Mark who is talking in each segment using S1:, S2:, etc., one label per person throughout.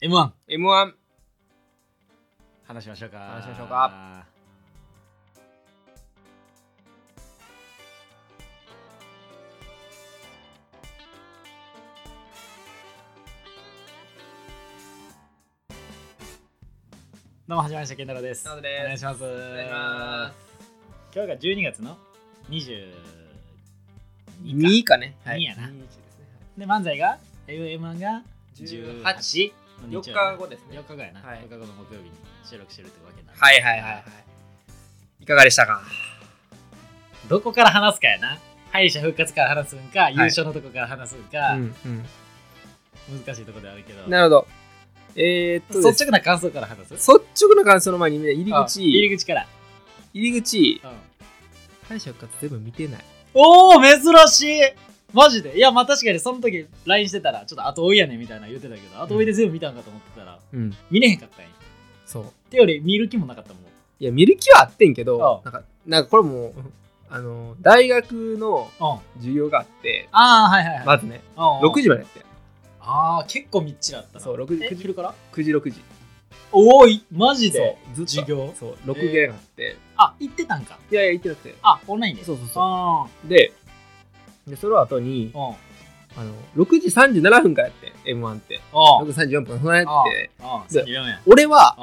S1: M1
S2: M1
S1: 話しましょうか
S2: 話しましょうか
S1: どうもはじめまして健太郎です
S2: どうもです
S1: お願いします
S2: お願いしま
S1: 今日が12月の22
S2: す
S1: か
S2: 2かね
S1: 二やな
S2: 二ですね
S1: で漫才が M1 が
S2: 18
S1: 18の
S2: 四
S1: 日曜
S2: 日後ですね
S1: 4日後やな、
S2: はい
S1: 4日後の木曜日に収録してるってわけなんで
S2: はいはいはいはいいかがでしたか
S1: どこから話すかやな敗者復活から話すんか、優勝のとこから話すんか、
S2: うんうん
S1: 難しいとこではあるけど
S2: なるほどえーっとです
S1: 率直な感想から話す
S2: 率直な感想の前にみんな入り
S1: あ入
S2: 口
S1: り口から、
S2: 入り口
S1: うん
S2: 敗者復活全部見てない
S1: おお珍しいマジでいやまあ確かにその時 LINE してたらちょっと後追いやねんみたいなの言ってたけど後追いで全部見たんかと思ってたら、
S2: うん
S1: 見れへんかったんや
S2: そう
S1: てより見る気もなかったもん
S2: いや見る気はあってんけ
S1: あ
S2: どなんかなんかこれもうあの大学の
S1: うん
S2: 授業があって
S1: ああはいはいはい、
S2: まずね
S1: うんうん
S2: 6時までやって
S1: ああ結構みっちりあったな
S2: そう6時
S1: え昼から
S2: 9時6時
S1: おおいマジで
S2: そうず
S1: 授
S2: っと
S1: 業
S2: そう6限あって
S1: あ行ってたんか
S2: いやいや行ってなくて
S1: あオンラインで
S2: そうそうそ
S1: あ
S2: うででその後に
S1: あうんうん
S2: あの6時37分からやって M1 って
S1: うん
S2: 6時34分からやって
S1: うん
S2: で
S1: いらんやん
S2: 俺は
S1: う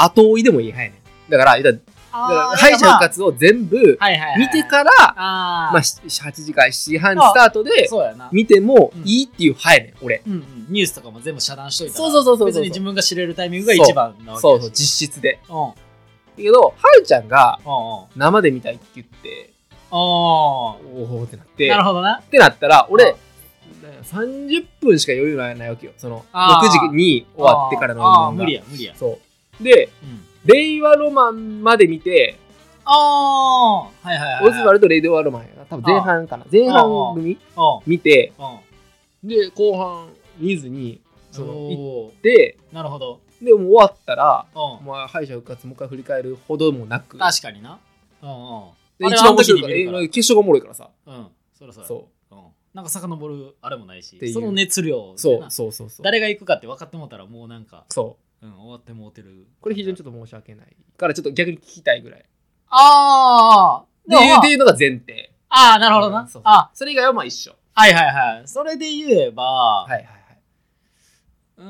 S1: ん
S2: 後追いでもいい派やねんだから言うたらだから敗者復活を全部
S1: はいはいはい
S2: 見てから
S1: あー
S2: まあし8時から7時半スタートで
S1: そうやな
S2: 見てもいいっていう派やねん俺
S1: うんうん、ニュースとかも全部遮断しといたら
S2: そうそうそうそうそう
S1: 別に自分が知れるタイミングが一番なわけだし
S2: そうそう実質で
S1: うんうんうん
S2: だけど、はるちゃんが
S1: うん
S2: 生で見たいって言って、
S1: あ
S2: おおってなっ
S1: ー
S2: て、
S1: なる
S2: っ
S1: ほどな
S2: てなったら、
S1: う
S2: 俺
S1: ん、
S2: 30分しか余裕ないないわけよ。その、
S1: あー
S2: 6時に終わってからの
S1: あーあー
S2: が
S1: 無理や無理や、
S2: そう。で、
S1: うん、
S2: 令和ロマンまで見て、
S1: ああはいはいはい
S2: オズワルド・レイド・ワロマンやな。多分前半かな。前半組
S1: う
S2: 見て、
S1: んうん
S2: で、後半見ずに、その、行
S1: お
S2: っ
S1: ー
S2: て、
S1: なるほど
S2: で、もう終わったら、
S1: うん
S2: まあ、敗者復活もう一回振り返るほどもなく、
S1: 確かになうんうん
S2: で
S1: あれ
S2: 一
S1: は
S2: 番面白いか
S1: あの時に見るから
S2: ら、え決勝がおもろいからさ。
S1: うんそろそろ、
S2: そう
S1: ん、なんか遡るあれもないし
S2: っていう
S1: その熱量
S2: う。
S1: で
S2: そ
S1: な
S2: うそうそうそう。
S1: 誰が行くかって分かってもうたらもうなんか、
S2: そう。
S1: うん、終わってもうてる
S2: これ非常にち
S1: ょっと
S2: ょっと申し訳ないからちょっと逆に聞きたいぐらいって
S1: ああでも
S2: いう
S1: まあ
S2: っていうのが前提
S1: ああなるほどな、
S2: うんそうそう
S1: あ
S2: それ以外はまあ一緒
S1: はいはいはい。それで言えば、
S2: はいはいはいう
S1: ー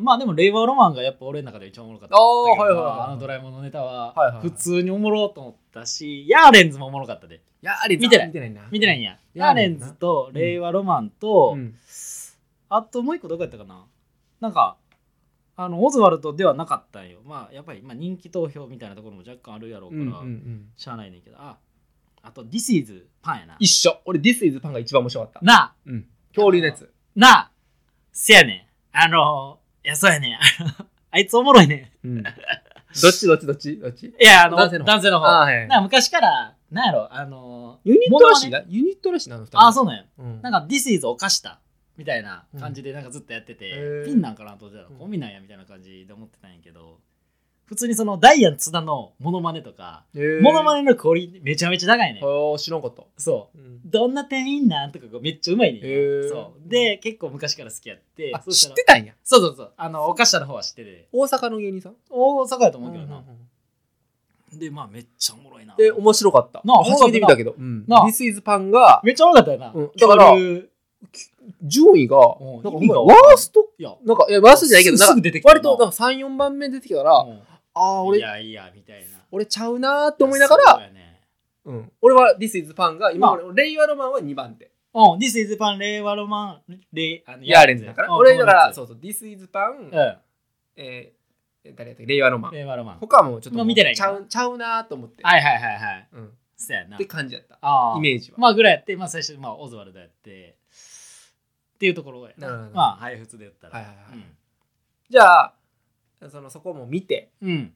S1: ん、まあでも、令和ロマンがやっぱ俺の中で一番おもろかったけ
S2: お
S1: ど
S2: ー
S1: な。
S2: はいはいはい
S1: あのドラえもんのネタ
S2: はい
S1: は
S2: は、い
S1: 普通におもろと思ったし、ヤーレンズもおもろかったで。
S2: いやあれ
S1: 見てない
S2: 見てないな
S1: 見てないんや。ヤ
S2: ヤ
S1: ー
S2: ー
S1: レ
S2: レ
S1: ン
S2: ンズな
S1: ズと令和ロマンと
S2: う、ん
S1: あともう一個どこやったかななんか、あの、オズワルドではなかったんよ。まあ、やっぱり、まあ、人気投票みたいなところも若干あるやろう
S2: う
S1: か
S2: んう
S1: ら、
S2: んうん
S1: しゃあないねんけど、あ、あと、This is パンやな。
S2: 一緒俺 This is パンが一番面白かった
S1: なあ
S2: うん恐竜のやつ
S1: なあ、せやねん。あの、いや、そうやねん。 あいつおもろいね
S2: うん どっちどっちどっちどっち
S1: ん。いや、あの、男
S2: 男
S1: 性
S2: 性
S1: の
S2: の
S1: 方。
S2: 方
S1: な
S2: あーはい
S1: あ昔から、なんやろ、あの、
S2: ユニットらしいなユニットらしいなあの二人
S1: ああ、そうなんや。
S2: うん
S1: なんか、This is 犯した。みたいな感じで、なんかずっとやってて、
S2: へー
S1: ピンなんかなと思ってた
S2: う
S1: ら、
S2: ん
S1: コミなんやみたいな感じで思ってたんやけど、普通にその、ダイアン津田のモノマネとか、モ
S2: モ
S1: ノマネのクオリティめちゃめちゃ高いねん。
S2: ああ知らんかった
S1: そう。
S2: うん
S1: どんな店員なんとかこうめっちゃうまいねん
S2: へー
S1: そう。で、結構昔から好きやって、
S2: あ
S1: そし
S2: 知
S1: た
S2: っ
S1: ら
S2: てたんや
S1: そうそうそう。あの、お菓子の方は知ってて。
S2: 大阪の芸人さん
S1: 大阪やと思うけどな。
S2: で
S1: で、まあ、めっちゃおもろいな。
S2: 面白かった
S1: なあ
S2: 初めて見たけどうん
S1: なあ
S2: This is パンが
S1: めっちゃおもろかったよな。
S2: うんだから
S1: 恐竜
S2: 順位が
S1: うん
S2: なんかほ
S1: 意味
S2: ん
S1: が
S2: ま
S1: わか
S2: ワ
S1: んない
S2: ースト
S1: いや、
S2: なんか、いや、バスじゃないけど、
S1: す
S2: な
S1: すぐ
S2: んか
S1: 出てきた
S2: 割となんか3、4番目出てきたから、ああー、
S1: うんい
S2: 俺、
S1: やいや、みたいな。
S2: 俺ちゃうなーって思いながら、
S1: そうやね
S2: うん、俺は This is Pan が、
S1: まあ
S2: 今まで、レイワロマンは2番手。
S1: うん、This is Pan 令和ロマン、レあの
S2: ヤーレンズだから、
S1: うん
S2: 俺だから、
S1: そ
S2: そううそう、This is Pan、
S1: なんです
S2: えー、誰やったっけ、レイワロマ
S1: ようん、
S2: ン。
S1: 令和ロマン。
S2: 他はもうちょっと
S1: ま
S2: も
S1: あ
S2: う、
S1: 見てない
S2: ち
S1: け
S2: ゃ
S1: ど
S2: うちゃうなーと思って、
S1: はいはいはいはい。
S2: うん、っ
S1: そうやな
S2: て。感じやった、
S1: あ
S2: イ
S1: ー
S2: メージは。
S1: まあ、ぐらいやって、まあ、最初に、まあ、オズワルドやって、っていうところやな。
S2: なるほど
S1: まあ、はい、普通でやったら。
S2: はいはいはいじゃあ、そのそこも見て、
S1: うん。うん。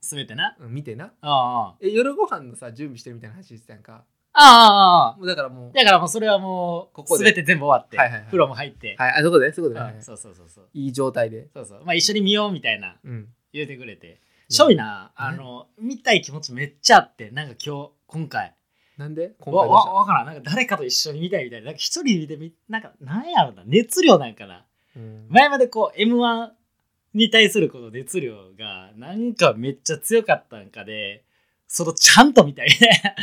S1: すべてな。
S2: うん、見てな。
S1: ああ。
S2: え夜ご飯のさ、準備してるみたいな話してたやんか。
S1: ああああああ
S2: もうだからもう、
S1: だからもうそれはもう
S2: ここ
S1: す
S2: で
S1: べて全部終わって、
S2: はいはいはい
S1: 風呂も入って、
S2: はい、あ、そこで、そこで、はい
S1: うんそうそうそうそう
S2: いい状態で。
S1: そうそうまあ一緒に見ようみたいな
S2: うん。
S1: 言うてくれてしょいな
S2: うん
S1: あの、見たい気持ちめっちゃあってなんか今日今回
S2: なんで今
S1: わ
S2: 回どうした
S1: わわからんなんか誰かと一緒に見たいみたいななんか一人で見なんかなんやろな熱量なんかな
S2: うん
S1: 前までこう m 1に対するこの熱量がなんかめっちゃ強かったんかでそのちゃんとみた いな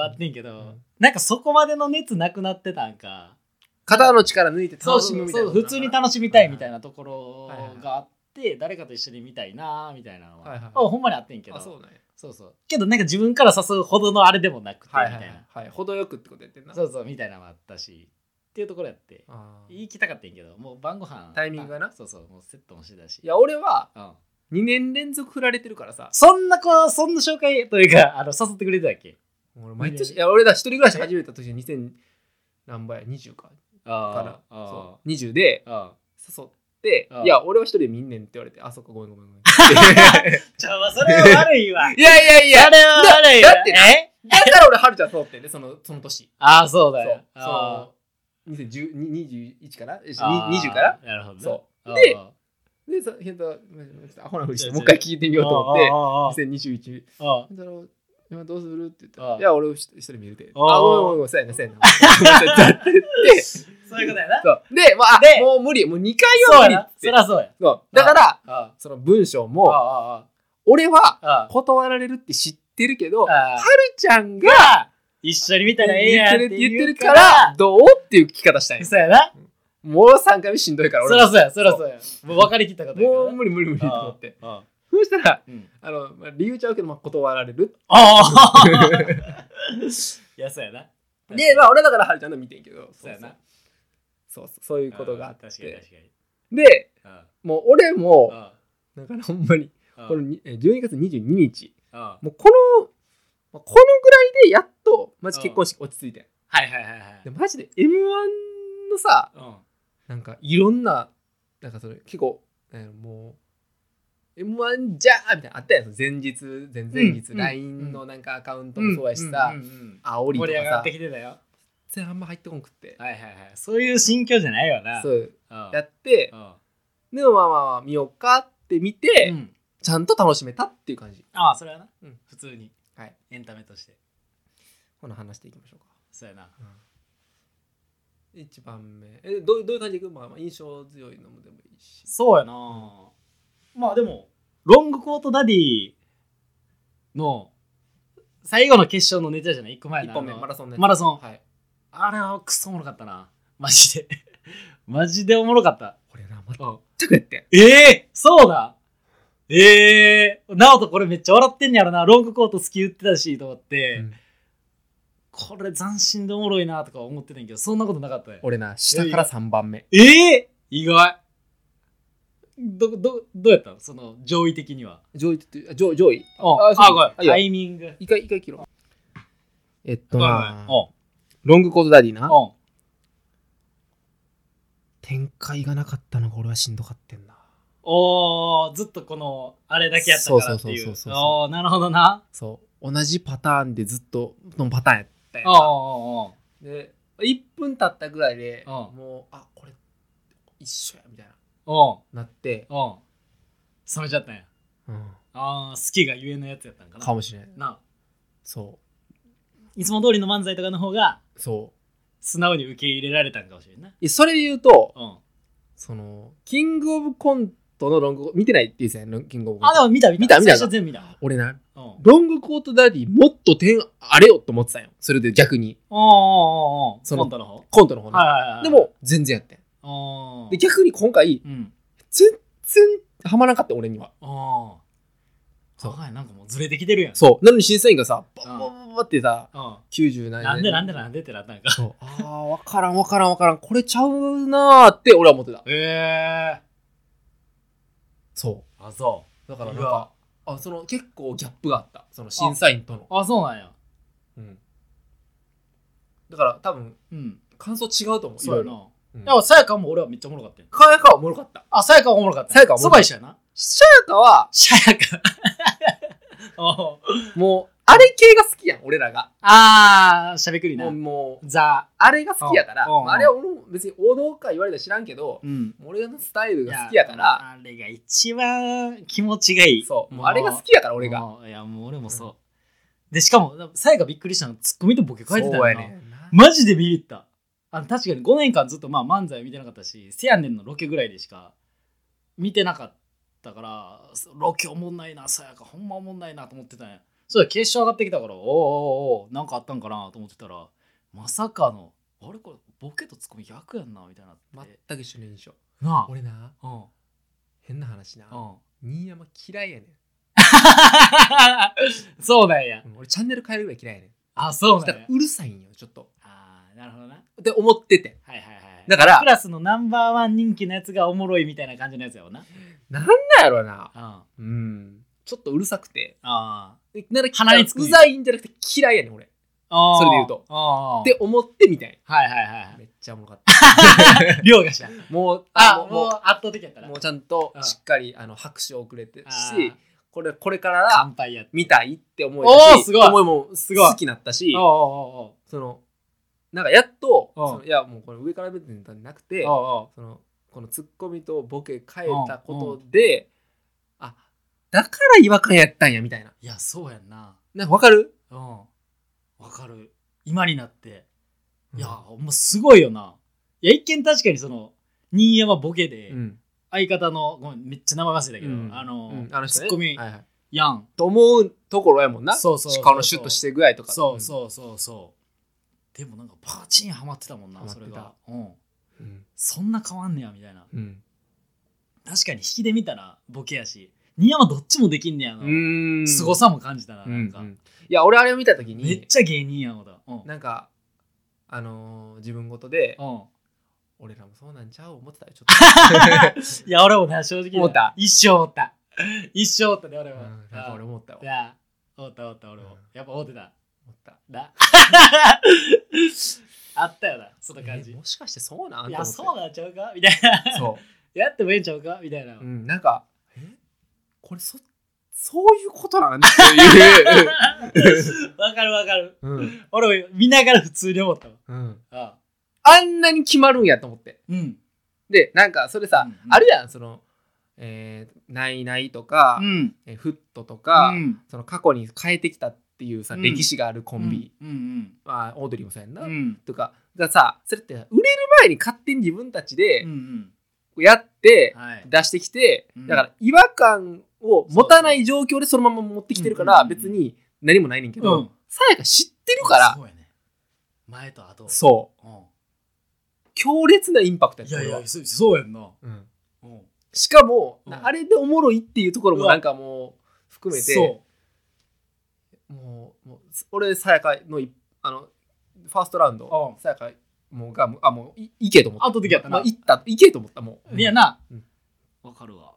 S1: はあってんけど、
S2: うん
S1: なんかそこまでの熱なくなってたんか
S2: 肩の力抜いて
S1: そう
S2: 楽し
S1: そ
S2: む
S1: う
S2: みたいな
S1: 普通に楽しみたいみたいなところがあって、誰かと一緒に見たいなみたいなのは、
S2: はいはいはい
S1: あほんまにあってんけど
S2: あそうなんや
S1: そうそうけどなんか自分から誘うほどのあれでもなくてみた
S2: はいい
S1: な、
S2: はいはい程よくってことやってん な
S1: そうそうみたいなのもあったしっていうところやって
S2: あー
S1: 言いきたかったんやけどもう晩ご飯
S2: タイミングがな
S1: そうそうもうセットもしてたし
S2: いや俺は
S1: うん
S2: 2年連続振られてるからさ
S1: そんな子、そんな紹介というか、あの誘ってくれてたっけ
S2: 俺毎
S1: 二
S2: 年
S1: 年
S2: いや俺だ一人暮らし始めた年に2000何倍や20か
S1: あ
S2: か
S1: あ
S2: ら
S1: あ
S2: そう20で
S1: あ
S2: 誘って
S1: ああ
S2: いや俺は一人で見んねんって言われてあそっかごめんごめ んごめんって
S1: ちょ、それは悪 いわ。
S2: いやいやいや
S1: それは悪いわ。
S2: だだってな
S1: え
S2: だから俺春ちゃんそうってねそのその年
S1: ああ、そう
S2: そ
S1: だよ
S2: う。
S1: あ
S2: そう2010 21かなえ
S1: あああ
S2: 20から
S1: なるほどね。
S2: そう
S1: ああ
S2: ででさ変だアホなふりしてもう一回聞いてみようと思って
S1: あ
S2: 2021
S1: ああああ
S2: だろう今どうするって言った
S1: あ
S2: ら
S1: あ
S2: いや俺を一一人見るで
S1: ああ
S2: あおいおいおいそうやなそうやなそうで
S1: そういうことやな。
S2: そうでまあ
S1: で
S2: もう無理もう2回
S1: そ
S2: は無
S1: う
S2: 理
S1: や
S2: っ
S1: な。そ
S2: て
S1: りゃそうや。
S2: そうだから
S1: あ
S2: その文章
S1: ああ
S2: も
S1: あ
S2: 俺は
S1: ああ
S2: 断られるって知ってるけどは
S1: ああ
S2: るちゃんが
S1: 一緒に見た
S2: 言っ
S1: らええやん
S2: て
S1: って
S2: る言って
S1: 言う
S2: る
S1: か
S2: から
S1: ら。
S2: どうっていう聞き方したい
S1: そうやな。
S2: もう3回目しんどいから
S1: そ
S2: 俺
S1: りゃ
S2: も
S1: そうや。そりゃそうや。もう分かりきったことや
S2: もう
S1: か
S2: 無理無理無理と
S1: らな。
S2: 思って
S1: ああああ
S2: そしたら
S1: うん
S2: あのまあ理由ちゃうけどまあ断られる
S1: ああいや、そうやな。
S2: で、まあ、俺だからはるちゃんの見てんけど、
S1: そうやな。
S2: そうそう、そういう
S1: うん
S2: ことがあっ
S1: 確かに
S2: て。
S1: 確かに。
S2: で、
S1: うん
S2: もう俺
S1: う
S2: も、
S1: ん
S2: だからほんまに、
S1: うん
S2: このにえ12月22日、
S1: うんは
S2: もうこの、まあこのぐらいでやっと、マジ結婚式落ち着いてん。
S1: いはいはいはい
S2: で、マジで M1 のさ、
S1: うん
S2: なんかいろんな、なんかそれ、結構、えーもう、M1 じゃーみたいなのあったやん。その前日、前々日、
S1: うん
S2: LINE のなんかアカウントもそうやしさ
S1: ん、んうん
S2: 煽りと
S1: 盛り上
S2: か
S1: がっ
S2: さ、
S1: て
S2: 全
S1: きてたよ
S2: 然あんま入ってこんくって。
S1: はいはいはいそういう心境じゃないよな
S2: そうう、
S1: ん
S2: やって、
S1: うん
S2: でもまあまあまあ見ようかって見て、
S1: うん
S2: ちゃんと楽しめたっていう感じ
S1: ああそれはな
S2: うん
S1: 普通に
S2: はい
S1: エンタメとして
S2: この話していきましょうか、
S1: そうやな
S2: 一番目えどうどういう感じでいく、まあ、まあ印象強いのもでもいいし
S1: そうやなまあでもロングコートダディの最後の決勝のネタじゃない一個前
S2: 一
S1: の
S2: 本目
S1: あの
S2: マラソンね
S1: マラソン
S2: はい
S1: あれはクソおもろかったなマジで マジでおもろかった
S2: これな
S1: うん
S2: 全くやってん
S1: ええそうだええー、なおとこれめっちゃ笑ってんやろな。ロングコート好き言ってたしと思って、
S2: うん
S1: これ斬新でおもろいなとか思ってたんやけど、そんなことなかったね。
S2: 俺な下から3番目
S1: ええ意外。ど、ど、どうやったのその上位的には。
S2: 上位ってあ上上位
S1: うん
S2: あそう
S1: あ、ご
S2: あ
S1: め
S2: い
S1: ん。
S2: や
S1: タイミング。
S2: 一回一回切ろうえっ
S1: ご
S2: と
S1: めん
S2: な
S1: ご
S2: ロングコートダディな
S1: めんうん。うん。
S2: 展開がなかったのが俺はしんどかってんな
S1: おー、ずっとこの、あれだけやったからってい
S2: そうそう
S1: う。
S2: そうそうそう
S1: おー、なるほどな。
S2: そう同じパターンでずっとのパターンやったやん
S1: おーお
S2: で1分経ったぐらいで、
S1: うん
S2: もうあこれ一緒やみたいな
S1: ーお
S2: なって
S1: ー、おー、おー。冷めちゃったんや。あー、好きがゆえのやつやったんかな。
S2: かもしれん
S1: なあ
S2: そ
S1: いつも通りの漫才とかの方が
S2: うそ
S1: 素直に受け入れられたんかもしれんな。
S2: ういやそれで言うと
S1: うん。
S2: そのキングオブコントのロング見てないって言うてたやんキングオブコン
S1: あ、
S2: ト
S1: でも見た見た。
S2: 見た見た
S1: 最初全部見た。
S2: 俺な
S1: うん。おー
S2: ロングコートダディもっと点あれよと思ってたんよそれで逆に
S1: おーおーおー
S2: その
S1: コントの方はい
S2: コントの方ね、
S1: はいはいはい。
S2: で、も全然やってん
S1: おー
S2: で逆に今回
S1: うん。
S2: 全然はまらなかった俺には
S1: おー。
S2: そ
S1: そ
S2: う
S1: う。なんかもうずれてきてるやん。
S2: そうなのに審査員がさバ
S1: うん
S2: ッバッバッバッってさ
S1: うん。
S2: 90何
S1: なんでなんでなんでってなったんか。
S2: そう。ああ、わからんわからんわからん。これちゃうなーって俺は思ってた。
S1: ええ。
S2: そ。
S1: あ、そう
S2: だから
S1: う。
S2: なんか、あ、その結構ギャップがあった。その審査員との。
S1: あ、そうなんや。
S2: うん。だから多分、
S1: うん。
S2: 感想違うと思う。い
S1: そう
S2: ろ
S1: や
S2: いろ。
S1: な。
S2: うん
S1: でも、さやかも俺はめっちゃおもろかったよ。
S2: かやかはおもろかった。
S1: あ、さやかはおもろかった。
S2: さやかはおも
S1: そ
S2: ろか
S1: ば
S2: った
S1: 一緒やな。
S2: シャヤカは、
S1: さや か。おー
S2: もう、あれ系が好きやん、俺らが。
S1: あー、しゃべくり
S2: も
S1: な
S2: う、。もう
S1: ザ。
S2: あれが好きやから、
S1: うんうん
S2: まああれは俺も別に王道か言われたら知らんけど、
S1: うん。
S2: 俺のスタイルが好きやから、
S1: あれが一番気持ちがいい
S2: そう、もうあれが好きやから、俺が。
S1: もういやもう俺もそう、でしかもさやがびっくりしたのツッコミとボケ書いてたよ
S2: そう
S1: な
S2: やねんな
S1: マジでビビったあの確かに5年間ずっとまあ漫才は見てなかったし「せやねん」のロケぐらいでしか見てなかったからロケおもんないなさやかほんまおもんないなと思ってたんやそしたら決勝上がってきたからおーおーおーなんかあったんかなと思ってたらまさかのあれこれボケとツッコミ逆やんなみたいになって、
S2: 全く一緒の印象
S1: な
S2: 俺な
S1: あうん
S2: 変な話な
S1: うん
S2: 新山嫌いやね
S1: そうなんや
S2: んうん俺チャンネル変えるぐらい嫌いやねん
S1: あそう
S2: そし
S1: な
S2: た
S1: ん
S2: ら
S1: や
S2: うるさいんよちょっと
S1: あーなるほどな
S2: って思ってて
S1: はいはいはい
S2: だから
S1: クラスのナンバーワン人気のやつがおもろいみたいな感じのやつやもんな
S2: なんなんやろな
S1: うんあ
S2: うんちょっとうるさくて
S1: あ
S2: なら
S1: 鼻につくん
S2: う
S1: や
S2: ざいんじゃなくて嫌いやねん俺
S1: あー
S2: それで言うと
S1: あー
S2: って思ってみたい
S1: はいはいは
S2: めっちゃおもろかった
S1: い。両 がしな。
S2: もう
S1: あ、
S2: も
S1: もう
S2: う
S1: 圧倒的やった
S2: も
S1: な。
S2: うもうちゃんと
S1: うん
S2: しっかりあの拍手をくれてる
S1: あー
S2: しこれこれから
S1: 乾杯やって。
S2: 見たいって思いだ
S1: おー
S2: し
S1: すごい
S2: 思いも
S1: すごい
S2: 好きになったし
S1: おうお
S2: そのなんかやっと
S1: うん
S2: そのいやもうこれ上から見てたんじゃなくて
S1: うおう。おう
S2: そのこのツッコミとボケ変えたことであだから違和感やったんやみたいない
S1: や、そうやんな。
S2: なんかわかる
S1: うん。わかる。今になって。いや、
S2: う
S1: もうすごいよな。いや、一見確かにその、新山ボケで、
S2: ん
S1: 相方の、ごめん、めっちゃ生忘れだけど、
S2: うん
S1: あ
S2: う
S1: の、
S2: んあの人
S1: ツ
S2: ね
S1: ッコミ、
S2: はいはい
S1: やん。
S2: と思うところやもんな
S1: そうそうそうそう
S2: 顔のシュッとして具合とか
S1: そうそうそうそう。でもなんかパチンハマってたもんな、
S2: ハマっ
S1: そ
S2: て
S1: れ
S2: た
S1: が。うん。
S2: うん
S1: そんな変わんねや、みたいな。
S2: うん
S1: 確かに引きで見たらボケやし、新山どっちもできんねや
S2: う
S1: な。
S2: ーん
S1: 凄さも感じたな、
S2: うん
S1: なんか、
S2: うんいや俺あれを見た時
S1: めっ
S2: に
S1: ちゃ芸人やもんだ。うん。うん。
S2: なんかあのー自分ごとで
S1: い
S2: 俺らもそうなんちゃう思ってたよちょっ と
S1: や、俺もな、正直。
S2: 思った
S1: 一生おった。一生おったで、俺
S2: う
S1: も。
S2: んなんか俺
S1: も。
S2: 思ったわ
S1: い
S2: 思
S1: や、おったおった、俺
S2: う
S1: も
S2: ん。
S1: やっぱおってた。
S2: った
S1: な。 あったよな、そんな感
S2: え
S1: じ。
S2: もしかしてそうな
S1: い
S2: んと
S1: や、
S2: 思って
S1: そうなんちゃうかみたいな。
S2: そう
S1: やってもええんちゃうかみたいな。
S2: うん、なんか、えこれそ、そういうことなんっ ていう。
S1: わかるわかる。
S2: うん、
S1: 俺も見ながら普通に思ったわ。
S2: うん。
S1: あ
S2: あんなに決まるんやと思って。
S1: うん。
S2: で、なんか、それさ、
S1: うんうん
S2: あるやん、その、えーないないとか、
S1: うん。
S2: えーフットとか、
S1: うん
S2: その過去に変えてきたっていうさ、
S1: うん
S2: 歴史があるコンビ、。
S1: うん
S2: まあ、オードリーもそうやん
S1: う
S2: な、
S1: ん。うん。
S2: とか、がさ、それって売れる前に勝手に自分たち
S1: う
S2: で
S1: ん。
S2: やって、
S1: はい。
S2: 出してきて、
S1: うん
S2: だから違和感を持たない状況でそのまま持ってきてるから、
S1: うん
S2: 別に何もないねんけど、
S1: うん
S2: さやか知ってるから
S1: そうやね前と後
S2: そう
S1: う、
S2: 強烈なインパクト
S1: ん、
S2: や
S1: いや
S2: った
S1: い
S2: 俺は
S1: やそそうやんな、
S2: うん
S1: うん、
S2: しかも、
S1: うん
S2: なあれでおもろいっていうところも
S1: うわ
S2: なんかもう含めて
S1: そ
S2: もうもう俺さやかのいあのファーストラウンド
S1: うん
S2: さやかもうがもうあもういいけと思った
S1: 後でやったな
S2: もういったいけと思ったもう
S1: ういやな
S2: うん
S1: わ、かるわ